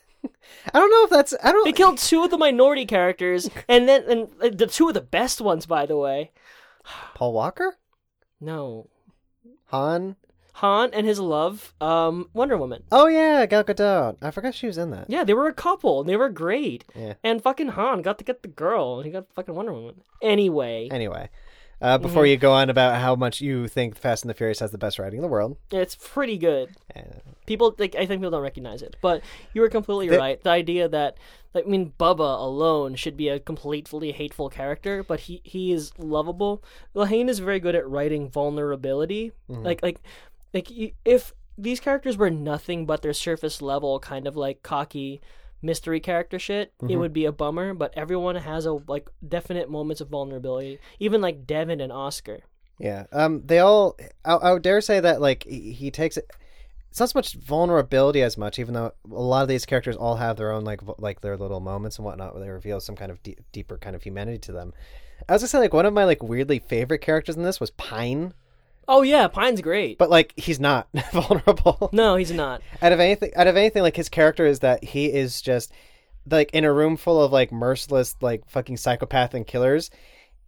S1: I don't know if that's I don't
S2: They killed two of the minority characters, and then and uh, the two of the best ones, by the way.
S1: Paul Walker
S2: No,
S1: Han
S2: Han and his love, um, Wonder Woman.
S1: oh yeah Gal Gadot I forgot she was in that
S2: Yeah, they were a couple. and They were great.
S1: Yeah.
S2: And fucking Han got to get the girl, and he got fucking Wonder Woman. Anyway,
S1: anyway uh, before you go on about how much you think Fast and the Furious has the best writing in the world
S2: it's pretty good.
S1: uh,
S2: People, like, I think people don't recognize it, but you were completely right. The idea that, I mean, Bubba alone should be a completely hateful character, but he he is lovable. Lahane is very good at writing vulnerability.
S1: Mm-hmm.
S2: Like like like you, if these characters were nothing but their surface level kind of like cocky mystery character shit, it
S1: Mm-hmm.
S2: would be a bummer. But everyone has a like definite moments of vulnerability. Even like Devin and Oscar.
S1: Yeah. Um. They all. I, I would dare say that like he, he takes it. It's not so much vulnerability as much, even though a lot of these characters all have their own like vo- like their little moments and whatnot where they reveal some kind of de- deeper kind of humanity to them. I was gonna say like one of my like weirdly favorite characters in this was Pine,
S2: Oh yeah, Pine's great.
S1: but like he's not vulnerable.
S2: no, he's not.
S1: out of anything, out of anything, like his character is that he is just like in a room full of like merciless like fucking psychopath and killers.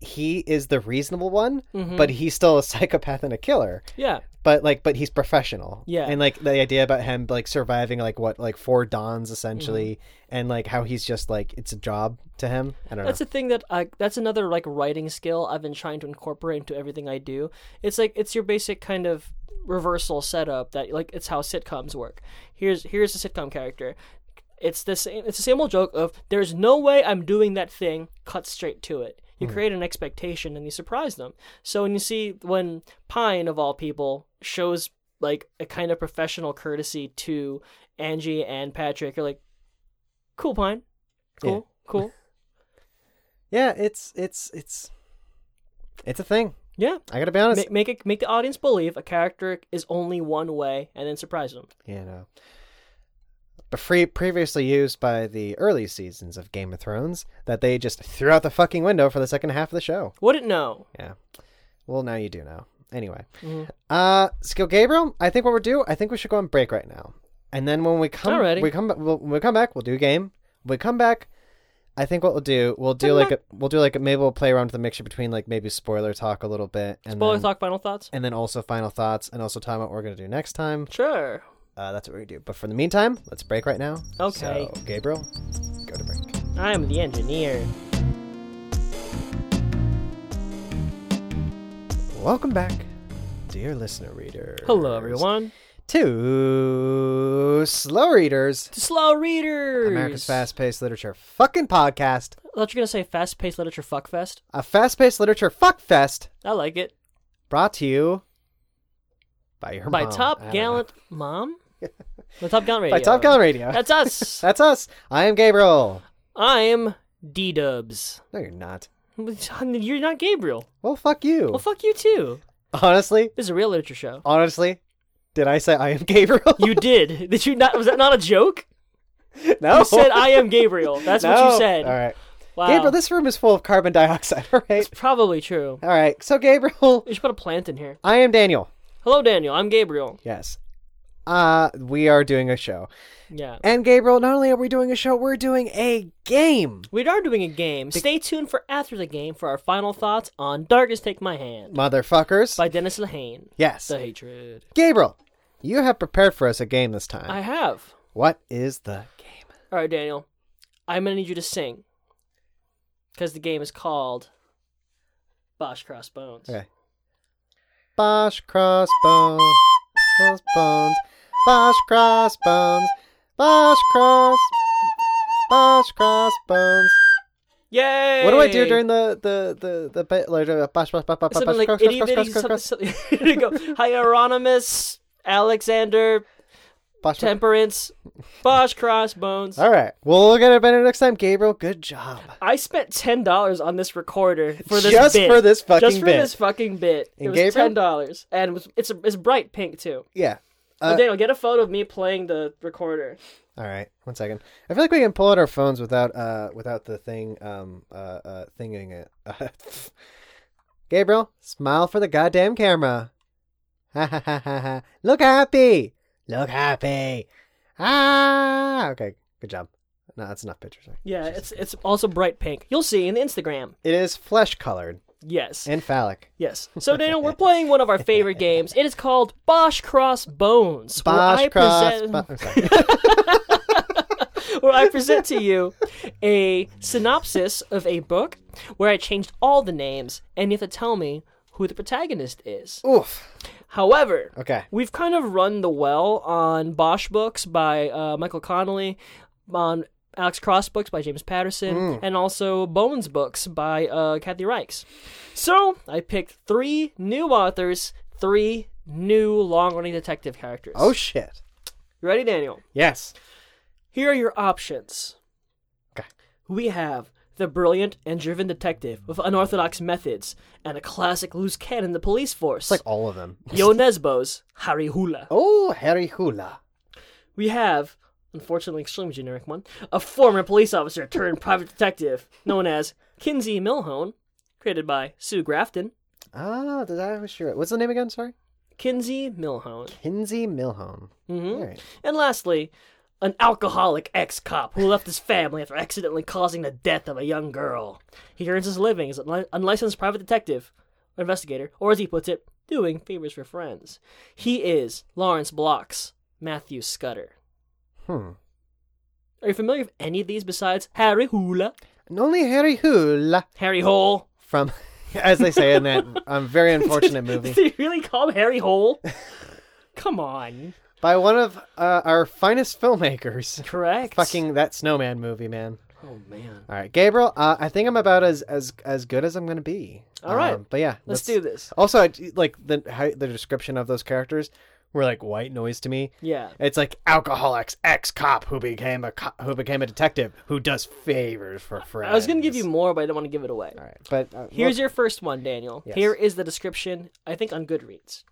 S1: He is the reasonable one,
S2: Mm-hmm.
S1: but he's still a psychopath and a killer
S2: Yeah.
S1: but like but he's professional
S2: Yeah.
S1: and like the idea about him like surviving like what like four dawns essentially and like how he's just like it's a job to him i don't
S2: Mm-hmm. That's the thing that I that's another like writing skill I've been trying to incorporate into everything I do. It's like it's your basic kind of reversal setup that like it's how sitcoms work. Here's here's the sitcom character. It's the same it's the same old joke of there's no way I'm doing that thing, cut straight to it. You create an expectation and you surprise them. So when you see when Pine of all people shows like a kind of professional courtesy to Angie and Patrick, you're like, Cool Pine. Cool,
S1: Yeah.
S2: cool.
S1: know yeah it's it's it's it's a thing
S2: Yeah.
S1: i gotta be honest
S2: make make, it, make the audience believe a character is only one way, and then surprise them.
S1: you know but free previously used by the early seasons of game of thrones that they just threw out the fucking window for the second half of the show
S2: Wouldn't know.
S1: yeah well now you do know anyway
S2: Mm-hmm.
S1: uh skill gabriel i think what we're due i think we should go on break right now and then when we come
S2: Alrighty.
S1: we come ba- we'll, when we come back we'll do a game when we come back i think what we'll do we'll do
S2: Come
S1: like a we'll do like a, maybe we'll play around with the mixture between like maybe spoiler talk a little bit and
S2: Spoiler
S1: then,
S2: talk. Final thoughts.
S1: and then also final thoughts and also time out what we're gonna do next time
S2: Sure.
S1: uh, that's what we're gonna do but for the meantime let's break right now
S2: Okay.
S1: so, gabriel go to break
S2: I am the engineer.
S1: welcome back dear listener reader
S2: Hello, everyone.
S1: to slow readers
S2: To slow readers.
S1: America's Fast Paced Literature fucking podcast.
S2: I thought you were gonna say fast-paced literature fuckfest.
S1: A fast paced literature fuck fest
S2: I like it.
S1: brought to you by your
S2: By
S1: mom. I
S2: Top
S1: don't
S2: Gallant Mom. the Top Gallant
S1: know.
S2: Radio.
S1: By Top Gun Radio.
S2: That's us.
S1: That's us. I am Gabriel.
S2: I am D Dubs.
S1: No, you're not.
S2: You're not Gabriel.
S1: Well, fuck you.
S2: Well, fuck you too.
S1: honestly,
S2: This is a real literature show.
S1: honestly, did I say I am Gabriel?
S2: You did. Did you not? Was that not a joke?
S1: no.
S2: You said I am Gabriel. That's what
S1: No.
S2: you said.
S1: All right.
S2: Wow.
S1: Gabriel, this room is full of carbon dioxide, all right?
S2: It's probably true.
S1: All right. So, Gabriel,
S2: We should put a plant in here.
S1: I am Daniel.
S2: Hello, Daniel. I'm Gabriel.
S1: Yes. Uh, we are doing a show.
S2: Yeah.
S1: And Gabriel, not only are we doing a show, we're doing a game.
S2: We are doing a game. Stay tuned for after the game for our final thoughts on Darkest Take My Hand
S1: Motherfuckers.
S2: by Dennis Lehane.
S1: yes.
S2: The Hatred.
S1: Gabriel, You have prepared for us a game this time.
S2: I have.
S1: What is the game?
S2: All right, Daniel. I'm gonna need you to sing because the game is called Bosh Crossbones.
S1: Okay. Bosh crossbones, crossbones, Bosh crossbones, Bosh cross, Bosh crossbones.
S2: Yay!
S1: What do I do during the the the the bit? Like, uh, Bosh Bosh Bosh Bosh Bosh
S2: something like
S1: cross,
S2: itty
S1: cross,
S2: bitty
S1: cross, cross,
S2: something?
S1: cross,
S2: something. Here you go. Hieronymus, Alexander,
S1: Bosh, Bosh.
S2: Temperance, Bosh Crossbones.
S1: All right, we'll look at it better next time, Gabriel. Good job.
S2: I spent ten dollars on this recorder for this
S1: Just
S2: bit.
S1: for this fucking
S2: just for
S1: bit.
S2: this fucking bit.
S1: And
S2: it was
S1: Gabriel?
S2: ten dollars, and it was, it's it's bright pink too.
S1: Yeah.
S2: So
S1: Uh,
S2: Daniel, get a photo of me playing the recorder.
S1: All right, one second. I feel like we can pull out our phones without uh without the thing um uh uh thinging it. Gabriel, smile for the goddamn camera. Ha ha ha ha ha. Look happy. Look happy. Ah. Okay. Good job. No, that's enough pictures.
S2: Yeah, it's it's also bright pink. You'll see in the Instagram.
S1: It is flesh colored
S2: Yes.
S1: and phallic.
S2: Yes. So Daniel, we're playing one of our favorite games. It is called Bosh Cross Bones. where
S1: Bosh
S2: I
S1: cross.
S2: present-
S1: bo- I'm sorry.
S2: where I present to you a synopsis of a book where I changed all the names and you have to tell me who the protagonist is.
S1: Oof.
S2: However,
S1: Okay.
S2: we've kind of run the well on Bosch books by uh, Michael Connolly, on Alex Cross books by James Patterson,
S1: Hmm.
S2: and also Bones books by uh, Kathy Reichs. So I picked three new authors, three new long running detective characters.
S1: Oh shit.
S2: You ready, Daniel?
S1: Yes.
S2: Here are your options.
S1: Okay.
S2: We have the brilliant and driven detective with unorthodox methods and a classic loose cannon the police force.
S1: It's like all of them.
S2: Yo Nesbo's Harry Hula.
S1: Oh, Harry Hula.
S2: We have, unfortunately, extremely generic one, a former police officer turned private detective known as Kinsey Milhone, created by Sue Grafton.
S1: Ah, did I was sure. What's the name again? Sorry.
S2: Kinsey Milhone.
S1: Kinsey Milhone.
S2: Mhm.
S1: All right.
S2: And lastly, an alcoholic ex cop who left his family after accidentally causing the death of a young girl. He earns his living as an unli- unlicensed private detective, or investigator, or as he puts it, doing favors for friends. He is Lawrence Block's Matthew Scudder.
S1: Hmm.
S2: Are you familiar with any of these besides Harry Hula?
S1: And only Harry Hula
S2: Harry Hole?
S1: from, as they say in that um, very unfortunate movie,
S2: Did they really call him Harry Hole? Come on.
S1: by one of uh, our finest filmmakers.
S2: Correct.
S1: Fucking that snowman movie, man.
S2: Oh, man.
S1: All right, Gabriel. Uh, I think I'm about as as as good as I'm gonna be. Um,
S2: All right.
S1: but yeah,
S2: Let's do this.
S1: Also, I, like the how, the description of those characters were like white noise to me.
S2: Yeah.
S1: It's like alcoholics, ex cop who became a co- who became a detective who does favors for friends.
S2: I was going to give you more, but I didn't want to give it away.
S1: All right, but uh,
S2: Here's your first one, Daniel.
S1: Yes.
S2: Here is the description, I think on Goodreads.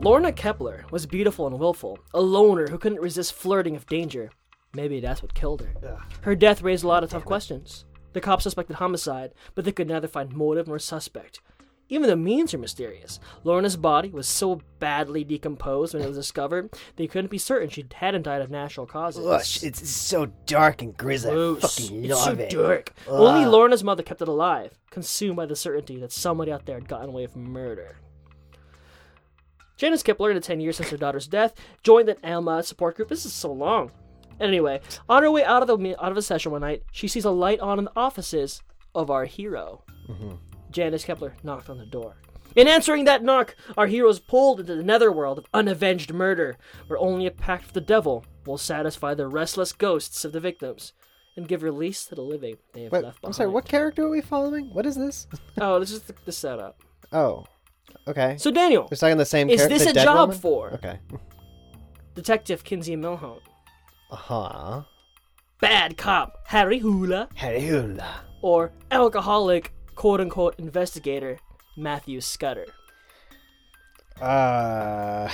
S2: Lorna Kepler was beautiful and willful, a loner who couldn't resist flirting with danger. Maybe that's what killed her. Her death raised a lot of tough questions. The cops suspected homicide, but they could neither find motive nor suspect. Even the means are mysterious. Lorna's body was so badly decomposed when it was discovered, they couldn't be certain she hadn't died of natural causes.
S1: Ugh, it's so dark and grisly.
S2: Gross.
S1: I fucking
S2: it's so
S1: love it.
S2: dark. Only Lorna's mother kept it alive, consumed by the certainty that somebody out there had gotten away with murder. Janice Kipler, in the 10 years since her daughter's death, joined an Alma support group. This is so long. Anyway, on her way out of the out of a session one night, she sees a light on in the offices of our hero.
S1: Mm-hmm.
S2: Janice Kepler knocked on the door. In answering that knock, our hero is pulled into the netherworld of unavenged murder, where only a pact with the devil will satisfy the restless ghosts of the victims and give release to the living they have
S1: Wait,
S2: left
S1: I'm
S2: behind.
S1: sorry. What character are we following? What is this?
S2: Oh, this is the, the setup.
S1: Oh, okay.
S2: So, Daniel,
S1: We're talking the same.
S2: Is
S1: char-
S2: this
S1: the
S2: a
S1: dead
S2: job
S1: woman?
S2: for?
S1: Okay.
S2: Detective Kinsey Milhone,
S1: Uh-huh.
S2: bad cop Harry Hula,
S1: Hula.
S2: or alcoholic quote unquote investigator Matthew Scudder.
S1: Uh,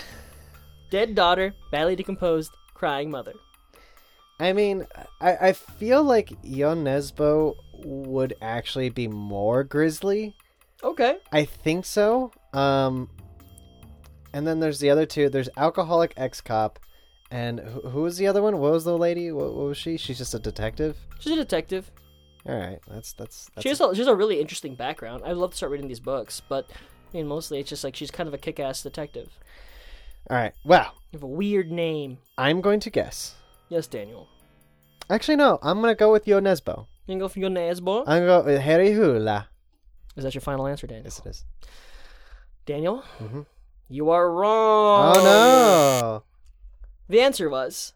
S2: Dead daughter, badly decomposed, crying mother.
S1: I mean, I I feel like Yon Nesbo would actually be more grisly.
S2: Okay.
S1: I think so. Um, and then there's the other two. There's alcoholic ex cop, and who, who was the other one? What was the lady? What, what was she? She's just a detective.
S2: She's a detective.
S1: All right, that's that's. that's
S2: she has a, she has a really interesting background. I'd love to start reading these books, but I mean, mostly it's just like she's kind of a kick-ass detective.
S1: All right. Well,
S2: You have a weird name.
S1: I'm going to guess.
S2: Yes, Daniel.
S1: Actually, no. I'm gonna go with Yo Nesbo.
S2: You can go for your Nesbo.
S1: I'm gonna go with Harry Hula.
S2: Is that your final answer, Daniel?
S1: Yes, it is.
S2: Daniel,
S1: Mhm.
S2: you are wrong.
S1: Oh no!
S2: The answer was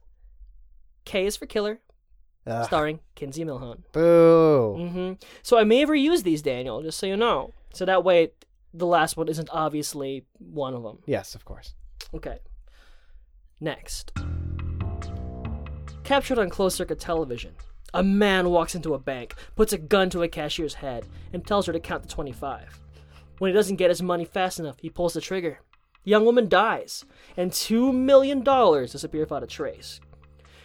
S2: K is for Killer,
S1: Ugh,
S2: starring Kinsey Milhone.
S1: Ah, Boo!
S2: hmm So I may have reused these, Daniel, just so you know. So that way, the last one isn't obviously one of them.
S1: Yes, of course.
S2: Okay. Next. Captured on closed circuit television, a man walks into a bank, puts a gun to a cashier's head, and tells her to count to 25. When he doesn't get his money fast enough, he pulls the trigger. The young woman dies, and $2 million disappear without a trace.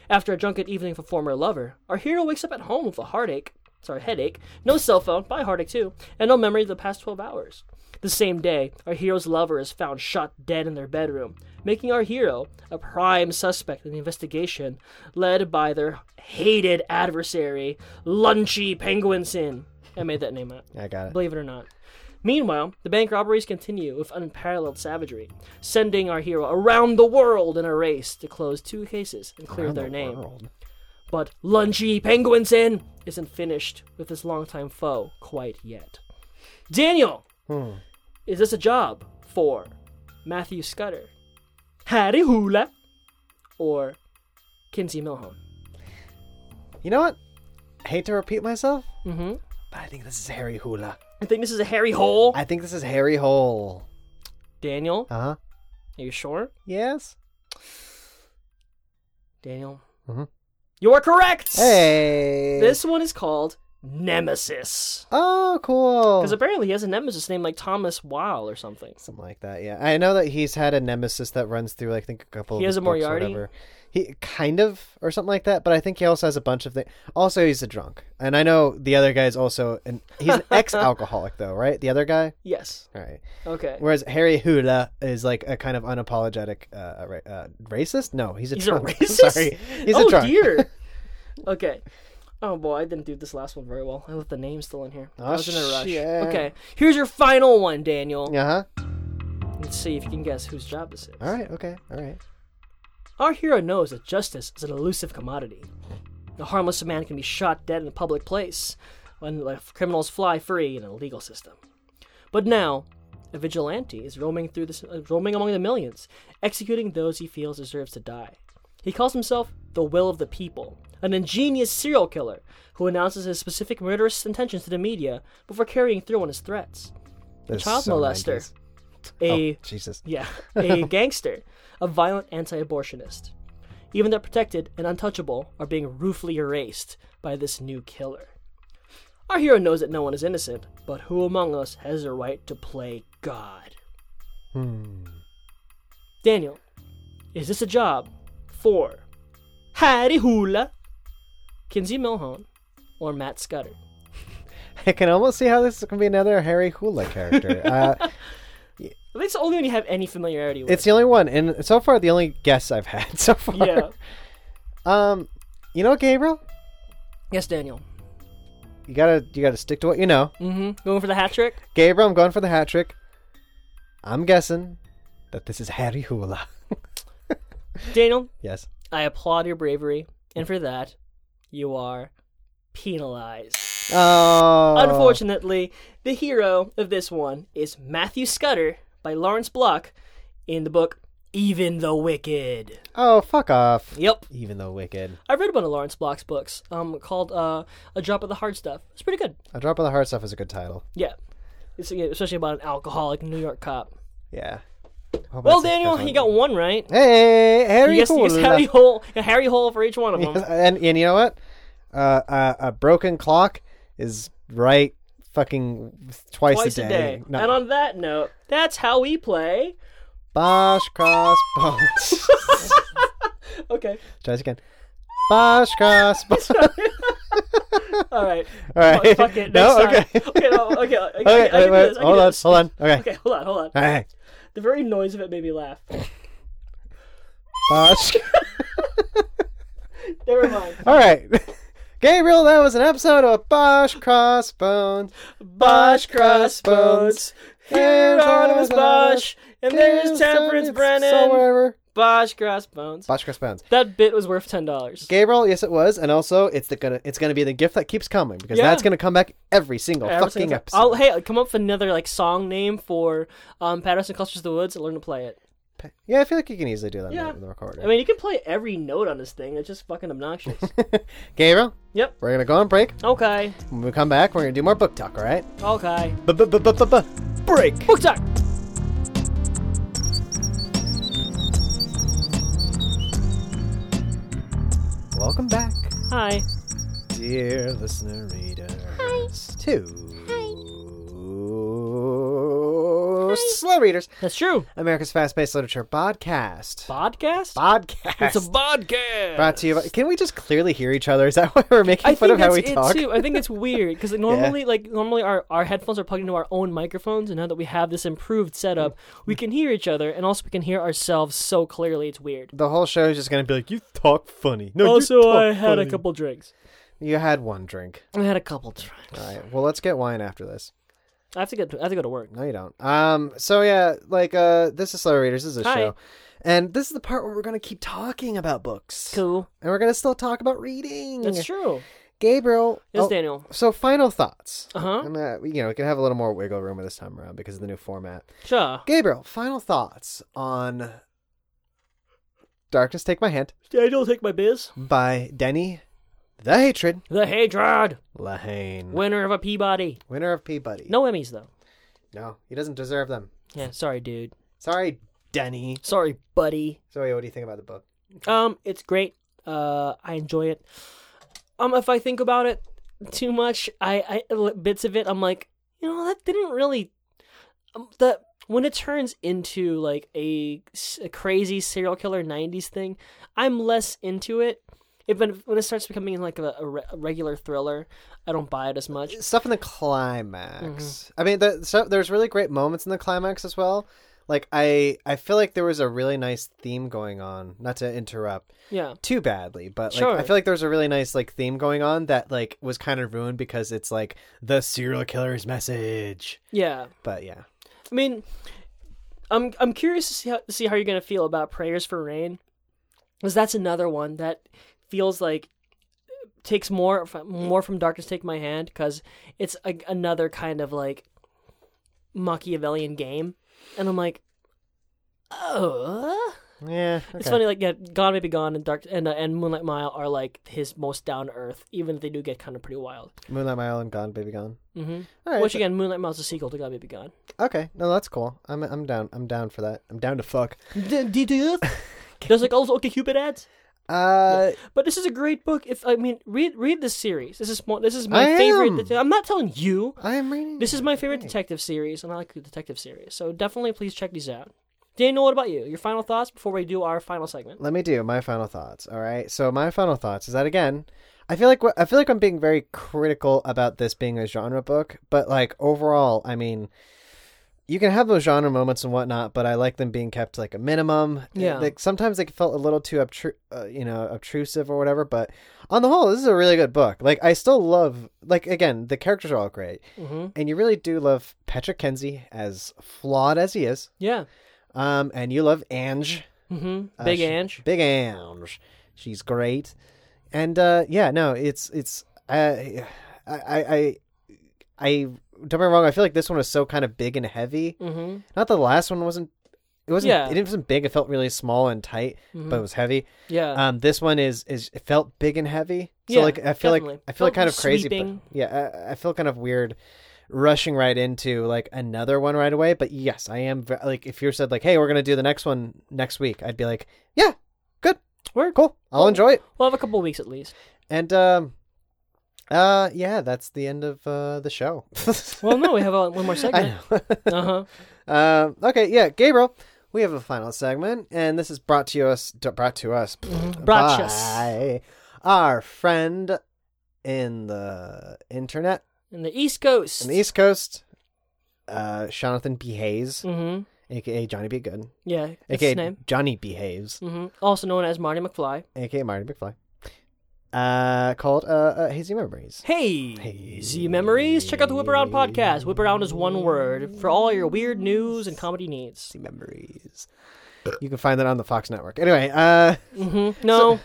S2: After a drunken evening with a former lover, our hero wakes up at home with a heartache, sorry, headache, no cell phone, by heartache too, and no memory of the past 12 hours. The same day, our hero's lover is found shot dead in their bedroom, making our hero a prime suspect in the investigation led by their hated adversary, Lunchy Penguinson. I made that name up.
S1: I got it.
S2: Believe it or not. Meanwhile, the bank robberies continue with unparalleled savagery, sending our hero around the world in a race to close two cases and clear
S1: Around
S2: their
S1: the
S2: name.
S1: world.
S2: But Lunchy Penguinson isn't finished with his longtime foe quite yet. Daniel,
S1: Hmm.
S2: is this a job for Matthew Scudder, Harry Hula, or Kinsey Milhone?
S1: You know what? I hate to repeat myself,
S2: Mm-hmm.
S1: but I think this is Harry Hula.
S2: I think this is a Harry Hole.
S1: I think this is Harry Hole.
S2: Daniel,
S1: Uh huh.
S2: are you sure?
S1: Yes.
S2: Daniel,
S1: Mhm.
S2: you are correct.
S1: Hey.
S2: This one is called Nemesis.
S1: Oh, cool.
S2: Because apparently he has a nemesis named like Thomas Weil or something.
S1: Something like that. Yeah, I know that he's had a nemesis that runs through. I think a couple.
S2: He
S1: of
S2: has
S1: his
S2: a
S1: books or
S2: Moriarty?
S1: whatever. He kind of or something like that. But I think he also has a bunch of things. Also, he's a drunk, and I know the other guy's also an. He's an ex-alcoholic though, right? The other guy.
S2: Yes.
S1: All right.
S2: Okay.
S1: Whereas Harry Hula is like a kind of unapologetic uh, ra- uh, racist. No, he's a
S2: He's a
S1: drunk.
S2: racist?
S1: Sorry, he's
S2: oh
S1: a drunk.
S2: dear. okay. Oh boy, I didn't do this last one very well. I left the name still in here.
S1: Oh,
S2: I was in a rush.
S1: shit.
S2: Okay. Here's your final one, Daniel.
S1: Uh huh.
S2: Let's see if you can guess whose job this is.
S1: All right. Okay. All right.
S2: Our hero knows that justice is an elusive commodity. A harmless man can be shot dead in a public place, when like, criminals fly free in a legal system. But now, a vigilante is roaming through this, uh, roaming among the millions, executing those he feels deserves to die. He calls himself the Will of the People, an ingenious serial killer who announces his specific murderous intentions to the media before carrying through on his threats.
S1: This is
S2: child
S1: so
S2: molester.
S1: 90s.
S2: A
S1: Oh, Jesus.
S2: yeah, a gangster, a violent anti abortionist. Even the protected and untouchable are being ruefully erased by this new killer. Our hero knows that no one is innocent, but who among us has the right to play God?
S1: Hmm.
S2: Daniel, is this a job for Harry Hula, Kinsey Milhone, or Matt Scudder?
S1: I can almost see how this can be another Harry Hula character. uh,
S2: I think it's the only one you have any familiarity with.
S1: it's the only one, and so far the only guess I've had so far.
S2: yeah.
S1: Um, you know, Gabriel,
S2: Yes, Daniel.
S1: you gotta you gotta stick to what you know.
S2: Mm-hmm. Going for the hat trick?
S1: Gabriel, I'm going for the hat trick. I'm guessing that this is Harry Hula.
S2: Daniel,
S1: yes.
S2: I applaud your bravery, and for that, you are penalized.
S1: Oh,
S2: Unfortunately, the hero of this one is Matthew Scudder by Lawrence Block in the book Even the Wicked.
S1: Oh, fuck off.
S2: Yep.
S1: Even though wicked,
S2: I read one of Lawrence Block's books um, called uh, A Drop of the Hard Stuff. It's pretty good.
S1: a drop of the heart stuff is a good title.
S2: Yeah. It's, yeah, especially about an alcoholic New York cop.
S1: Yeah. Hope
S2: Well,
S1: that's it.
S2: Daniel,
S1: That's
S2: you
S1: one.
S2: got one right.
S1: Hey, Harry
S2: You guessed, you
S1: Hula.
S2: guessed Harry Hole, Harry Hole for each one of them.
S1: Yes, and and you know what? Uh, uh, a broken clock is right fucking twice,
S2: Twice a day.
S1: No.
S2: And on that note, that's how we play.
S1: Bosh crossbones.
S2: Okay.
S1: Try this again. Bosh crossbones. All
S2: All right.
S1: right.
S2: oh, Fuck it.
S1: No.
S2: Next
S1: Okay.
S2: time. okay. No, okay. I, I,
S1: Okay.
S2: I
S1: Wait,
S2: can do
S1: wait.
S2: this. I can
S1: Hold
S2: do
S1: on.
S2: this.
S1: Hold on. Okay.
S2: Okay. Hold on. Hold on.
S1: All right.
S2: The very noise of it made me laugh.
S1: Bosh.
S2: Never mind.
S1: All right. Gabriel, that was an episode of Bosh Crossbones.
S2: Bosch crossbones. Hieronymus Bosch And there's Temperance Brennan.
S1: Somewhere.
S2: Bosh Crossbones.
S1: Bosch Crossbones.
S2: That bit was worth ten dollars.
S1: Gabriel, yes, it was, and also it's the gonna it's gonna be the gift that keeps coming because
S2: Yeah.
S1: that's gonna come back every single fucking episode.
S2: I'll hey, I'll come up with another like song name for um Patterson Clutches the Woods and learn to play it.
S1: Yeah, I feel like you can easily do that
S2: Yeah.
S1: on the- the recorder.
S2: I mean, you can play every note on this thing. It's just fucking obnoxious.
S1: Gabriel,
S2: yep.
S1: we're gonna go on break.
S2: Okay.
S1: When we come back, we're gonna do more book talk. All right?
S2: Okay.
S1: B-b-b-b-b-b- Break.
S2: Book talk.
S1: Welcome back,
S2: Hi.
S1: dear listener readers. To slow readers,
S2: That's true.
S1: America's fast-paced literature podcast.
S2: Podcast.
S1: Podcast.
S2: It's a podcast.
S1: Brought to you by. Can we just clearly hear each other? Is that why we're making
S2: I
S1: fun
S2: think
S1: of how
S2: that's
S1: we
S2: it
S1: talk?
S2: too. I think it's weird because like, normally, like normally, our, our headphones are plugged into our own microphones, and now that we have this improved setup, we can hear each other, and also we can hear ourselves so clearly. It's weird.
S1: The whole show is just gonna be like, you talk funny. No, you
S2: Also,
S1: talk
S2: I had a
S1: funny."
S2: couple drinks.
S1: You had one drink.
S2: I had a couple drinks.
S1: All right. Well, let's get wine after this.
S2: I have to get. To, I have to go to work.
S1: No, you don't. Um. So yeah, like, uh, this is Slow Readers. This is a
S2: Hi.
S1: show, and this is the part where we're gonna keep talking about books,
S2: Cool.
S1: and we're gonna still talk about reading.
S2: That's true.
S1: Gabriel.
S2: Yes,
S1: oh,
S2: Daniel.
S1: so final thoughts.
S2: Uh-huh.
S1: And, uh, we- you know, we can have a little more wiggle room this time around because of the new format.
S2: Sure.
S1: Gabriel, final thoughts on "Darkness Take My Hand"
S2: Daniel, take my biz.
S1: by Denny, the Hatred,
S2: The
S1: Mm.
S2: Hadrod,
S1: Lahane.
S2: winner of a Peabody.
S1: Winner of Peabody.
S2: No Emmys though.
S1: No, he doesn't deserve them.
S2: Yeah. Sorry, dude.
S1: Sorry, Denny.
S2: Sorry, buddy.
S1: Zoe, what do you think about the book?
S2: Um, it's great. Uh, I enjoy it. Um, if I think about it too much, I, I li- bits of it, I'm like, you know, that didn't really. Um, the when it turns into like a, s- a crazy serial killer '90s thing, I'm less into it. If when when it starts becoming like a, a, re- a regular thriller, I don't buy it as much.
S1: Stuff in the climax. I mean, the, so, there's really great moments in the climax as well. Like I, I feel like there was a really nice theme going on. Not to interrupt
S2: Yeah,
S1: too badly, but like
S2: Sure.
S1: I feel like there was a really nice like theme going on that like was kind of ruined because it's like the serial killer's message.
S2: yeah.
S1: But yeah,
S2: I mean, I'm I'm curious to see how, see how you're gonna feel about prayers for rain, because that's another one that feels like takes more from, more from darkness take my hand because it's a, another kind of like Machiavellian game, and I'm like, oh.
S1: yeah.
S2: It's
S1: okay.
S2: funny, like yeah, Gone Baby Gone and Dark and uh, and Moonlight Mile are like his most down to earth, even if they do get kind of pretty wild.
S1: Moonlight Mile and Gone, Baby Gone.
S2: hmm
S1: All right.
S2: Which again, Moonlight Mile's a sequel to Gone Baby Gone.
S1: okay, no, that's cool. I'm I'm down. I'm down for that. I'm down to fuck.
S2: There's like also okay Cupid ads.
S1: Uh,
S2: But this is a great book. If I mean, read read this series. This is mo- this is my
S1: I
S2: favorite.
S1: am. Hmm,
S2: det- I'm not telling you.
S1: I am reading.
S2: This is my favorite detective series, and I like the detective series. So definitely, please check these out. Daniel, what about you? Your final thoughts before we do our final segment?
S1: Let me do my final thoughts. All right. So my final thoughts is that again, I feel like we're- I feel like I'm being very critical about this being a genre book, but like overall, I mean, you can have those genre moments and whatnot, but I like them being kept to, like a minimum.
S2: Yeah.
S1: Like sometimes they felt a little too obtru- uh, you know, obtrusive or whatever. But on the whole, this is a really good book. Like I still love like again, the characters are all great,
S2: hmm
S1: and you really do love Patrick Kenzie as flawed as he is.
S2: Yeah.
S1: Um, and you love Ange.
S2: hmm
S1: Uh,
S2: Big
S1: she-
S2: Ange.
S1: Big Ange. She's great. And uh yeah, no, it's it's uh, I I I I don't get me wrong, I feel like this one was so kind of big and heavy.
S2: hmm
S1: Not that the last one wasn't it wasn't
S2: Yeah. Mm.
S1: it wasn't big, it felt really small and tight, but it was heavy.
S2: Yeah.
S1: Um this one is is it felt big and heavy. So
S2: Uh, Yeah,
S1: like I feel like
S2: definitely.
S1: I feel like
S2: Felt
S1: kind of crazy but,
S2: sweeping.
S1: yeah, I, I feel kind of weird rushing right into like another one right away, but yes, I am ve- like if you said like hey, we're going to do the next one next week, I'd be like, yeah,
S2: We're
S1: cool. I'll
S2: Cool.
S1: enjoy it.
S2: we'll have a couple weeks at least.
S1: And um, uh, yeah, that's the end of uh, the show.
S2: Well, no, we have uh, one more segment.
S1: I know.
S2: Uh huh.
S1: um, okay, yeah, Gabriel, we have a final segment, and this is brought to us, d- brought to us,
S2: Mm-hmm. Brought
S1: by
S2: us
S1: our friend in the internet
S2: in the East Coast.
S1: in the East Coast, uh, Jonathan B. Hayes,
S2: hmm
S1: aka Johnny B. Good,
S2: Yeah. That's his
S1: aka
S2: name. Mm-hmm.
S1: Johnny B. Hayes,
S2: hmm Also known as Marty McFly.
S1: aka Marty McFly. uh, called uh, uh, Hazy Memories.
S2: Hey, Z Memories. Check out the Whip Around podcast. Whip Around is one word for all your weird news and comedy needs.
S1: Hazy Memories. You can find that on the Fox Network. Anyway, uh,
S2: hmm No,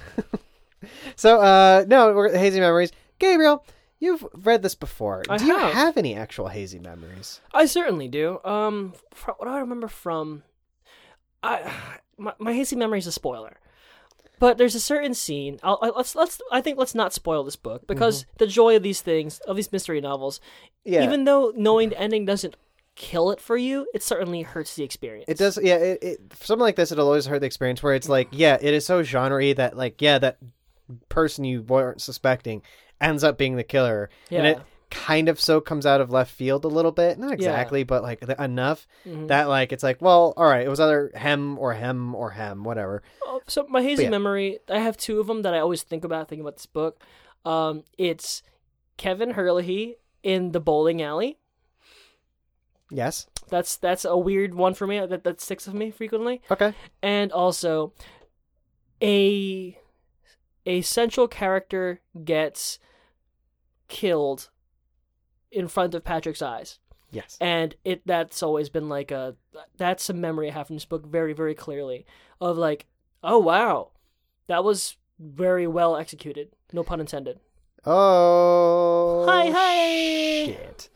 S1: so uh, no, we're, Hazy Memories. Gabriel, you've read this before.
S2: I
S1: Do you
S2: have.
S1: have any actual hazy memories?
S2: I certainly do. Um, fr- what do I remember from? I my, my hazy memory is a spoiler, but there's a certain scene. I'll, I, let's let's. I think let's not spoil this book because the joy of these things, of these mystery novels,
S1: Yeah.
S2: even though knowing the ending doesn't kill it for you, it certainly hurts the experience.
S1: It does, yeah. It, it for something like this, it'll always hurt the experience where it's like, yeah, it is so genre that, like, yeah, that person you weren't suspecting ends up being the killer, and
S2: Yeah.
S1: it kind of so comes out of left field a little bit, not exactly, but like th- enough
S2: Mm-hmm.
S1: that, like, it's like, well, all right, it was either hem or hem or hem, whatever.
S2: Oh, so my hazy
S1: yeah.
S2: memory i have two of them that i always think about thinking about this book um, it's kevin herlihy in the bowling alley
S1: Yes.
S2: that's that's a weird one for me uh, that, that sticks with me frequently
S1: Okay.
S2: and also a a central character gets killed in front of patrick's eyes
S1: Yes.
S2: and it that's always been like a that's a memory I have from this book very very clearly of like oh wow that was very well executed no pun intended
S1: Oh.
S2: Hi, hi.
S1: Shit.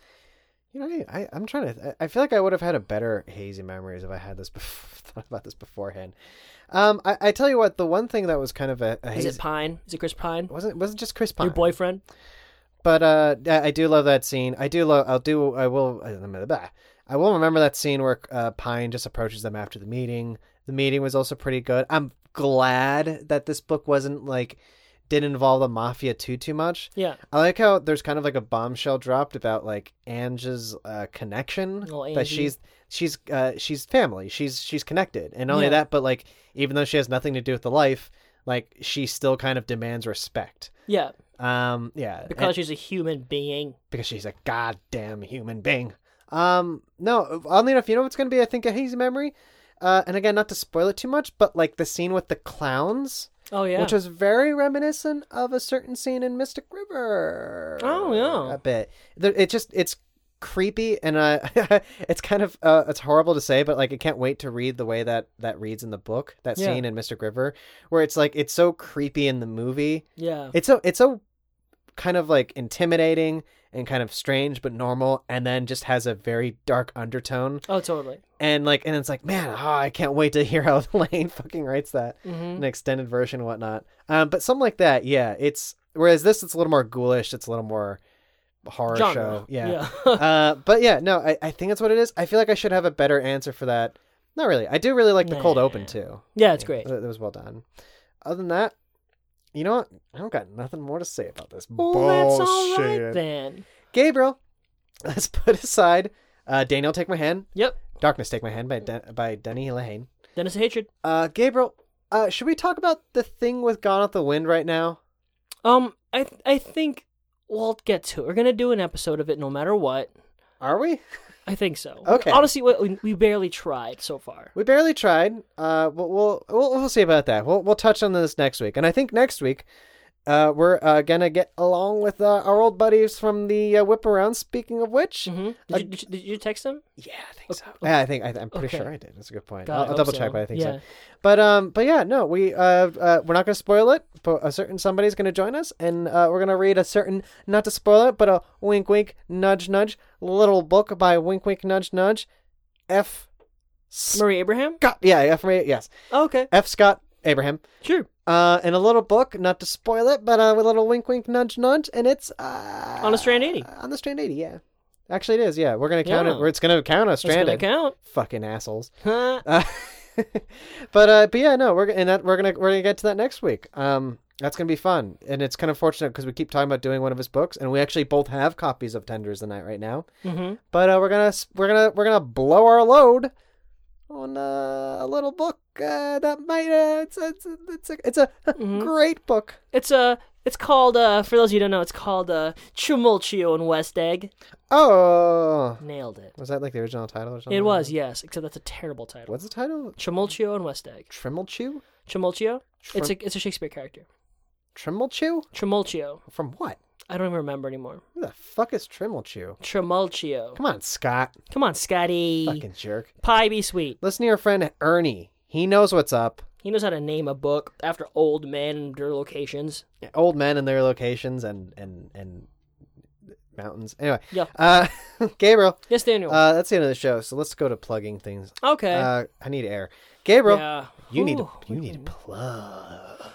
S1: You know, I, I, I'm trying to. I I feel like I would have had a better hazy memories if I had this before, thought about this beforehand. Um, I, I tell you what, the one thing that was kind of a, a
S2: is
S1: hazy
S2: it Pine is it Chris Pine
S1: wasn't wasn't just Chris Pine,
S2: your boyfriend
S1: but uh, I I do love that scene. I do love. I'll do. I will. I will remember that scene where uh, Pine just approaches them after the meeting. The meeting was also pretty good. I'm glad that this book wasn't like didn't involve the mafia too too much.
S2: yeah
S1: I like how there's kind of like a bombshell dropped about like Ange's uh, connection
S2: Oh,
S1: that
S2: Angie.
S1: she's she's uh, she's family. She's she's connected, and not only
S2: Yeah.
S1: that, but like even though she has nothing to do with the life, like she still kind of demands respect.
S2: yeah
S1: Um, yeah,
S2: because
S1: and-
S2: she's a human being
S1: because she's a goddamn human being. Um, no, oddly enough, you know what's gonna be? I think a hazy memory. Uh, and again, not to spoil it too much, but like the scene with the clowns,
S2: oh yeah
S1: which was very reminiscent of a certain scene in Mystic River.
S2: Oh, yeah.
S1: a bit. There- It just it's creepy, and uh, it's kind of uh, it's horrible to say, but like I can't wait to read the way that that reads in the book that
S2: Yeah.
S1: scene in Mystic River, where it's like it's so creepy in the movie,
S2: yeah
S1: it's so it's so kind of like intimidating and kind of strange but normal, and then just has a very dark undertone
S2: oh totally
S1: and like and it's like man, oh, I can't wait to hear how Lane fucking writes that
S2: hmm
S1: an extended version and whatnot. Um, but something like that, yeah. It's whereas this, it's a little more ghoulish. It's a little more horror show,
S2: genre
S1: yeah. uh, but yeah, no, I, I think that's what it is. I feel like I should have a better answer for that. Not really. I do really like the cold
S2: Nah.
S1: open too.
S2: yeah it's great
S1: That that was well done. Other than that, you know what? I don't got nothing more to say about this.
S2: well that's all right
S1: bullshit.
S2: then
S1: Gabriel, let's put aside uh, Daniel Take My Hand,
S2: yep
S1: Darkness Take My Hand by Den- by Denny Lehane.
S2: Dennis Hatred
S1: Uh, Gabriel, uh, should we talk about the thing with Gone with the Wind right now?
S2: um I I think we'll get to it we're gonna do an episode of it no matter what
S1: Are we?
S2: I think so.
S1: Okay.
S2: Honestly, we- we, we barely tried so far.
S1: We barely tried. Uh, we'll we'll we'll, we'll see about that. We'll we'll touch on this next week, and I think next week. Uh, we're uh, gonna get along with uh, our old buddies from the uh, whip around. Speaking of which,
S2: hmm Did, you, did, you, did you text him?
S1: Yeah, I think so. Yeah, I think I, I'm pretty
S2: okay.
S1: sure I did. That's a good point.
S2: God,
S1: I'll,
S2: I
S1: I'll
S2: hope
S1: double check,
S2: so.
S1: but I think
S2: Yeah.
S1: so. But um, but yeah, no, we uh, uh we're not gonna spoil it. But a certain somebody's gonna join us, and uh, we're gonna read a certain not to spoil it, but a wink wink nudge nudge little book by wink wink nudge nudge, F. Scott.
S2: Murray Abraham?
S1: Yeah, F. Yes,
S2: Oh, okay.
S1: F. Scott Abraham.
S2: Sure.
S1: Uh, and a little book, not to spoil it, but uh, with a little wink, wink, nudge, nudge, and it's uh,
S2: On a strand 80.
S1: on the strand eighty. Yeah, actually, it is. Yeah, we're gonna count
S2: Yeah.
S1: it. We're, it's gonna count us
S2: That's gonna
S1: stranded
S2: count.
S1: fucking assholes.
S2: Huh.
S1: Uh, but uh, but yeah, no, we're g- and that, we're gonna we're gonna get to that next week. Um, that's gonna be fun, and it's kind of fortunate because we keep talking about doing one of his books, and we actually both have copies of Tenders the Night right now.
S2: hmm
S1: But uh, we're gonna s- we're gonna we're gonna blow our load on uh, a little book uh, that might uh, it's a, it's a, it's a, it's a
S2: Mm-hmm.
S1: great book.
S2: It's Uh, it's called, uh, for those of you who don't know, it's called uh, Tumultio and West Egg.
S1: Oh,
S2: Nailed it.
S1: was that like the original title or something?
S2: It was, yes, except that's a terrible title.
S1: What's the title?
S2: Tumultio and West Egg.
S1: Trimmelchew?
S2: Tumultio? It's a it's a Shakespeare character.
S1: Trimalchio?
S2: Tremolchio.
S1: From what?
S2: I don't even remember anymore.
S1: Who the fuck is Trimalchio?
S2: Tremolchio.
S1: Come on, Scott.
S2: Come on, Scotty.
S1: Fucking jerk.
S2: Pie be sweet.
S1: Listen to your friend Ernie. He knows what's up.
S2: He knows how to name a book after old men and their locations.
S1: Old men and their locations and and and mountains. Anyway.
S2: Yeah.
S1: Uh, Gabriel.
S2: Yes, Daniel.
S1: Uh, that's the end of the show. So let's go to plugging things.
S2: okay.
S1: Uh, I need air. Gabriel,
S2: yeah.
S1: you need to,
S2: Ooh.
S1: you need to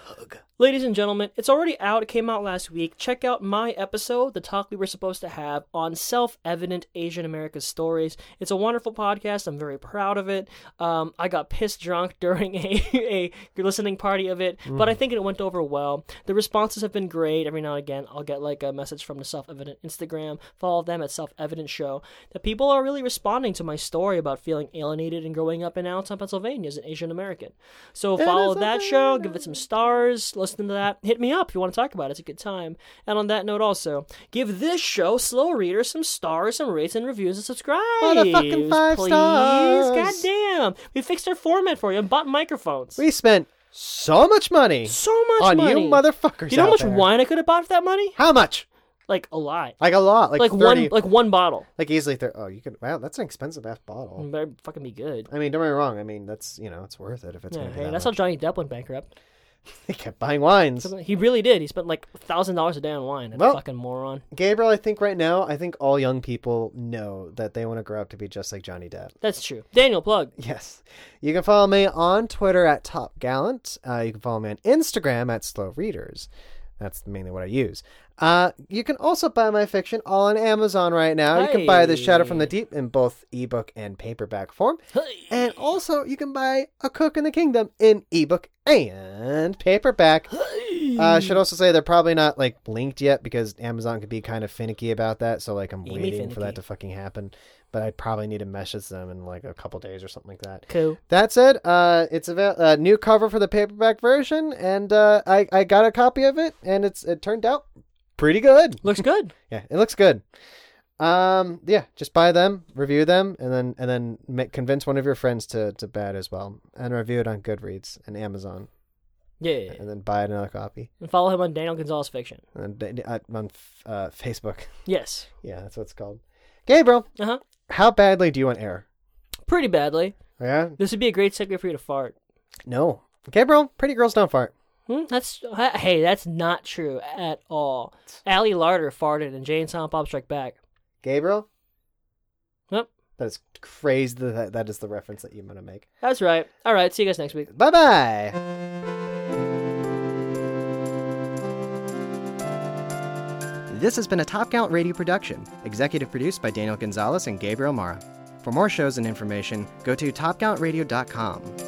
S1: plug.
S2: Ladies and gentlemen, it's already out. It came out last week. Check out my episode, the talk we were supposed to have on self evident Asian America stories. It's a wonderful podcast. I'm very proud of it. Um, I got pissed drunk during a, a listening party of it, but I
S1: Mm.
S2: think it went over well. The responses have been great. Every now and again, I'll get like a message from the self evident Instagram. Follow them at self evident show. That people are really responding to my story about feeling alienated and growing up in Allentown, Pennsylvania as an Asian American. So follow
S1: is
S2: that show, give it some stars, listen to that. Hit me up if you want to talk about it. It's a good time. And on that note, also, give this show, Slow Reader, some stars, some rates and reviews, and subscribe.
S1: Motherfucking five
S2: please.
S1: stars.
S2: God damn. We fixed our format for you and bought microphones.
S1: We spent so much money
S2: so much
S1: on
S2: money.
S1: you motherfuckers.
S2: Do you know how
S1: out
S2: much
S1: there.
S2: wine I could have bought for that money?
S1: How much?
S2: Like a lot.
S1: Like a lot. Like,
S2: Like,
S1: 30,
S2: one
S1: one.
S2: like one bottle.
S1: Like easily 30. Oh, you could. Wow, that's an expensive ass bottle.
S2: It better fucking be good.
S1: I mean, don't get me wrong. I mean, that's, you know, it's worth it if it's
S2: Yeah,
S1: going to be
S2: hey,
S1: that
S2: that's
S1: much.
S2: how Johnny Depp went bankrupt.
S1: They kept buying wines.
S2: He really did. He spent like thousand dollars a day on wine. That
S1: Well-
S2: fucking moron.
S1: Gabriel, I think right now, I think all young people know that they want to grow up to be just like Johnny Depp.
S2: That's true. Daniel, plug.
S1: Yes. You can follow me on Twitter at Top Gallant. Uh, you can follow me on Instagram at Slow Readers. That's mainly what I use. Uh, you can also buy my fiction all on Amazon right now. You can buy The Shadow from the Deep in both ebook and paperback form.
S2: Hey.
S1: And also, you can buy A Cook in the Kingdom in ebook and paperback. Uh,
S2: Mm.
S1: I should also say they're probably not like linked yet because Amazon could be kind of finicky about that. So like I'm
S2: Amy
S1: waiting for
S2: finicky.
S1: that to fucking happen. But I probably need to message them in like a couple days or something like that.
S2: Cool.
S1: That said, uh, it's a uh, new cover for the paperback version, and uh, I I got a copy of it, and it's it turned out pretty good.
S2: Looks good.
S1: Yeah, it looks good. Um, yeah, just buy them, review them, and then and then make, convince one of your friends to to buy it as well, and review it on Goodreads and Amazon,
S2: Yeah.
S1: and then buy another copy.
S2: And follow him on Daniel Gonzalez Fiction.
S1: And then, uh, on f- uh, Facebook.
S2: Yes.
S1: Yeah, that's what it's called. Gabriel,
S2: Uh huh.
S1: how badly do you want air?
S2: Pretty badly.
S1: Yeah,
S2: This would be a great segue for you to fart.
S1: no. Gabriel, pretty girls don't fart.
S2: Hmm? That's hey, that's not true at all. Allie Larder farted and Jane Silent Bob Strike Back.
S1: Gabriel,
S2: Yep.
S1: that is crazy. That that is the reference that you want to make.
S2: That's right. All right. See you guys next week.
S1: Bye bye. This has been a Top Gallant Radio production, executive produced by Daniel Gonzalez and Gabriel Mara. For more shows and information, go to topgallantradio.com.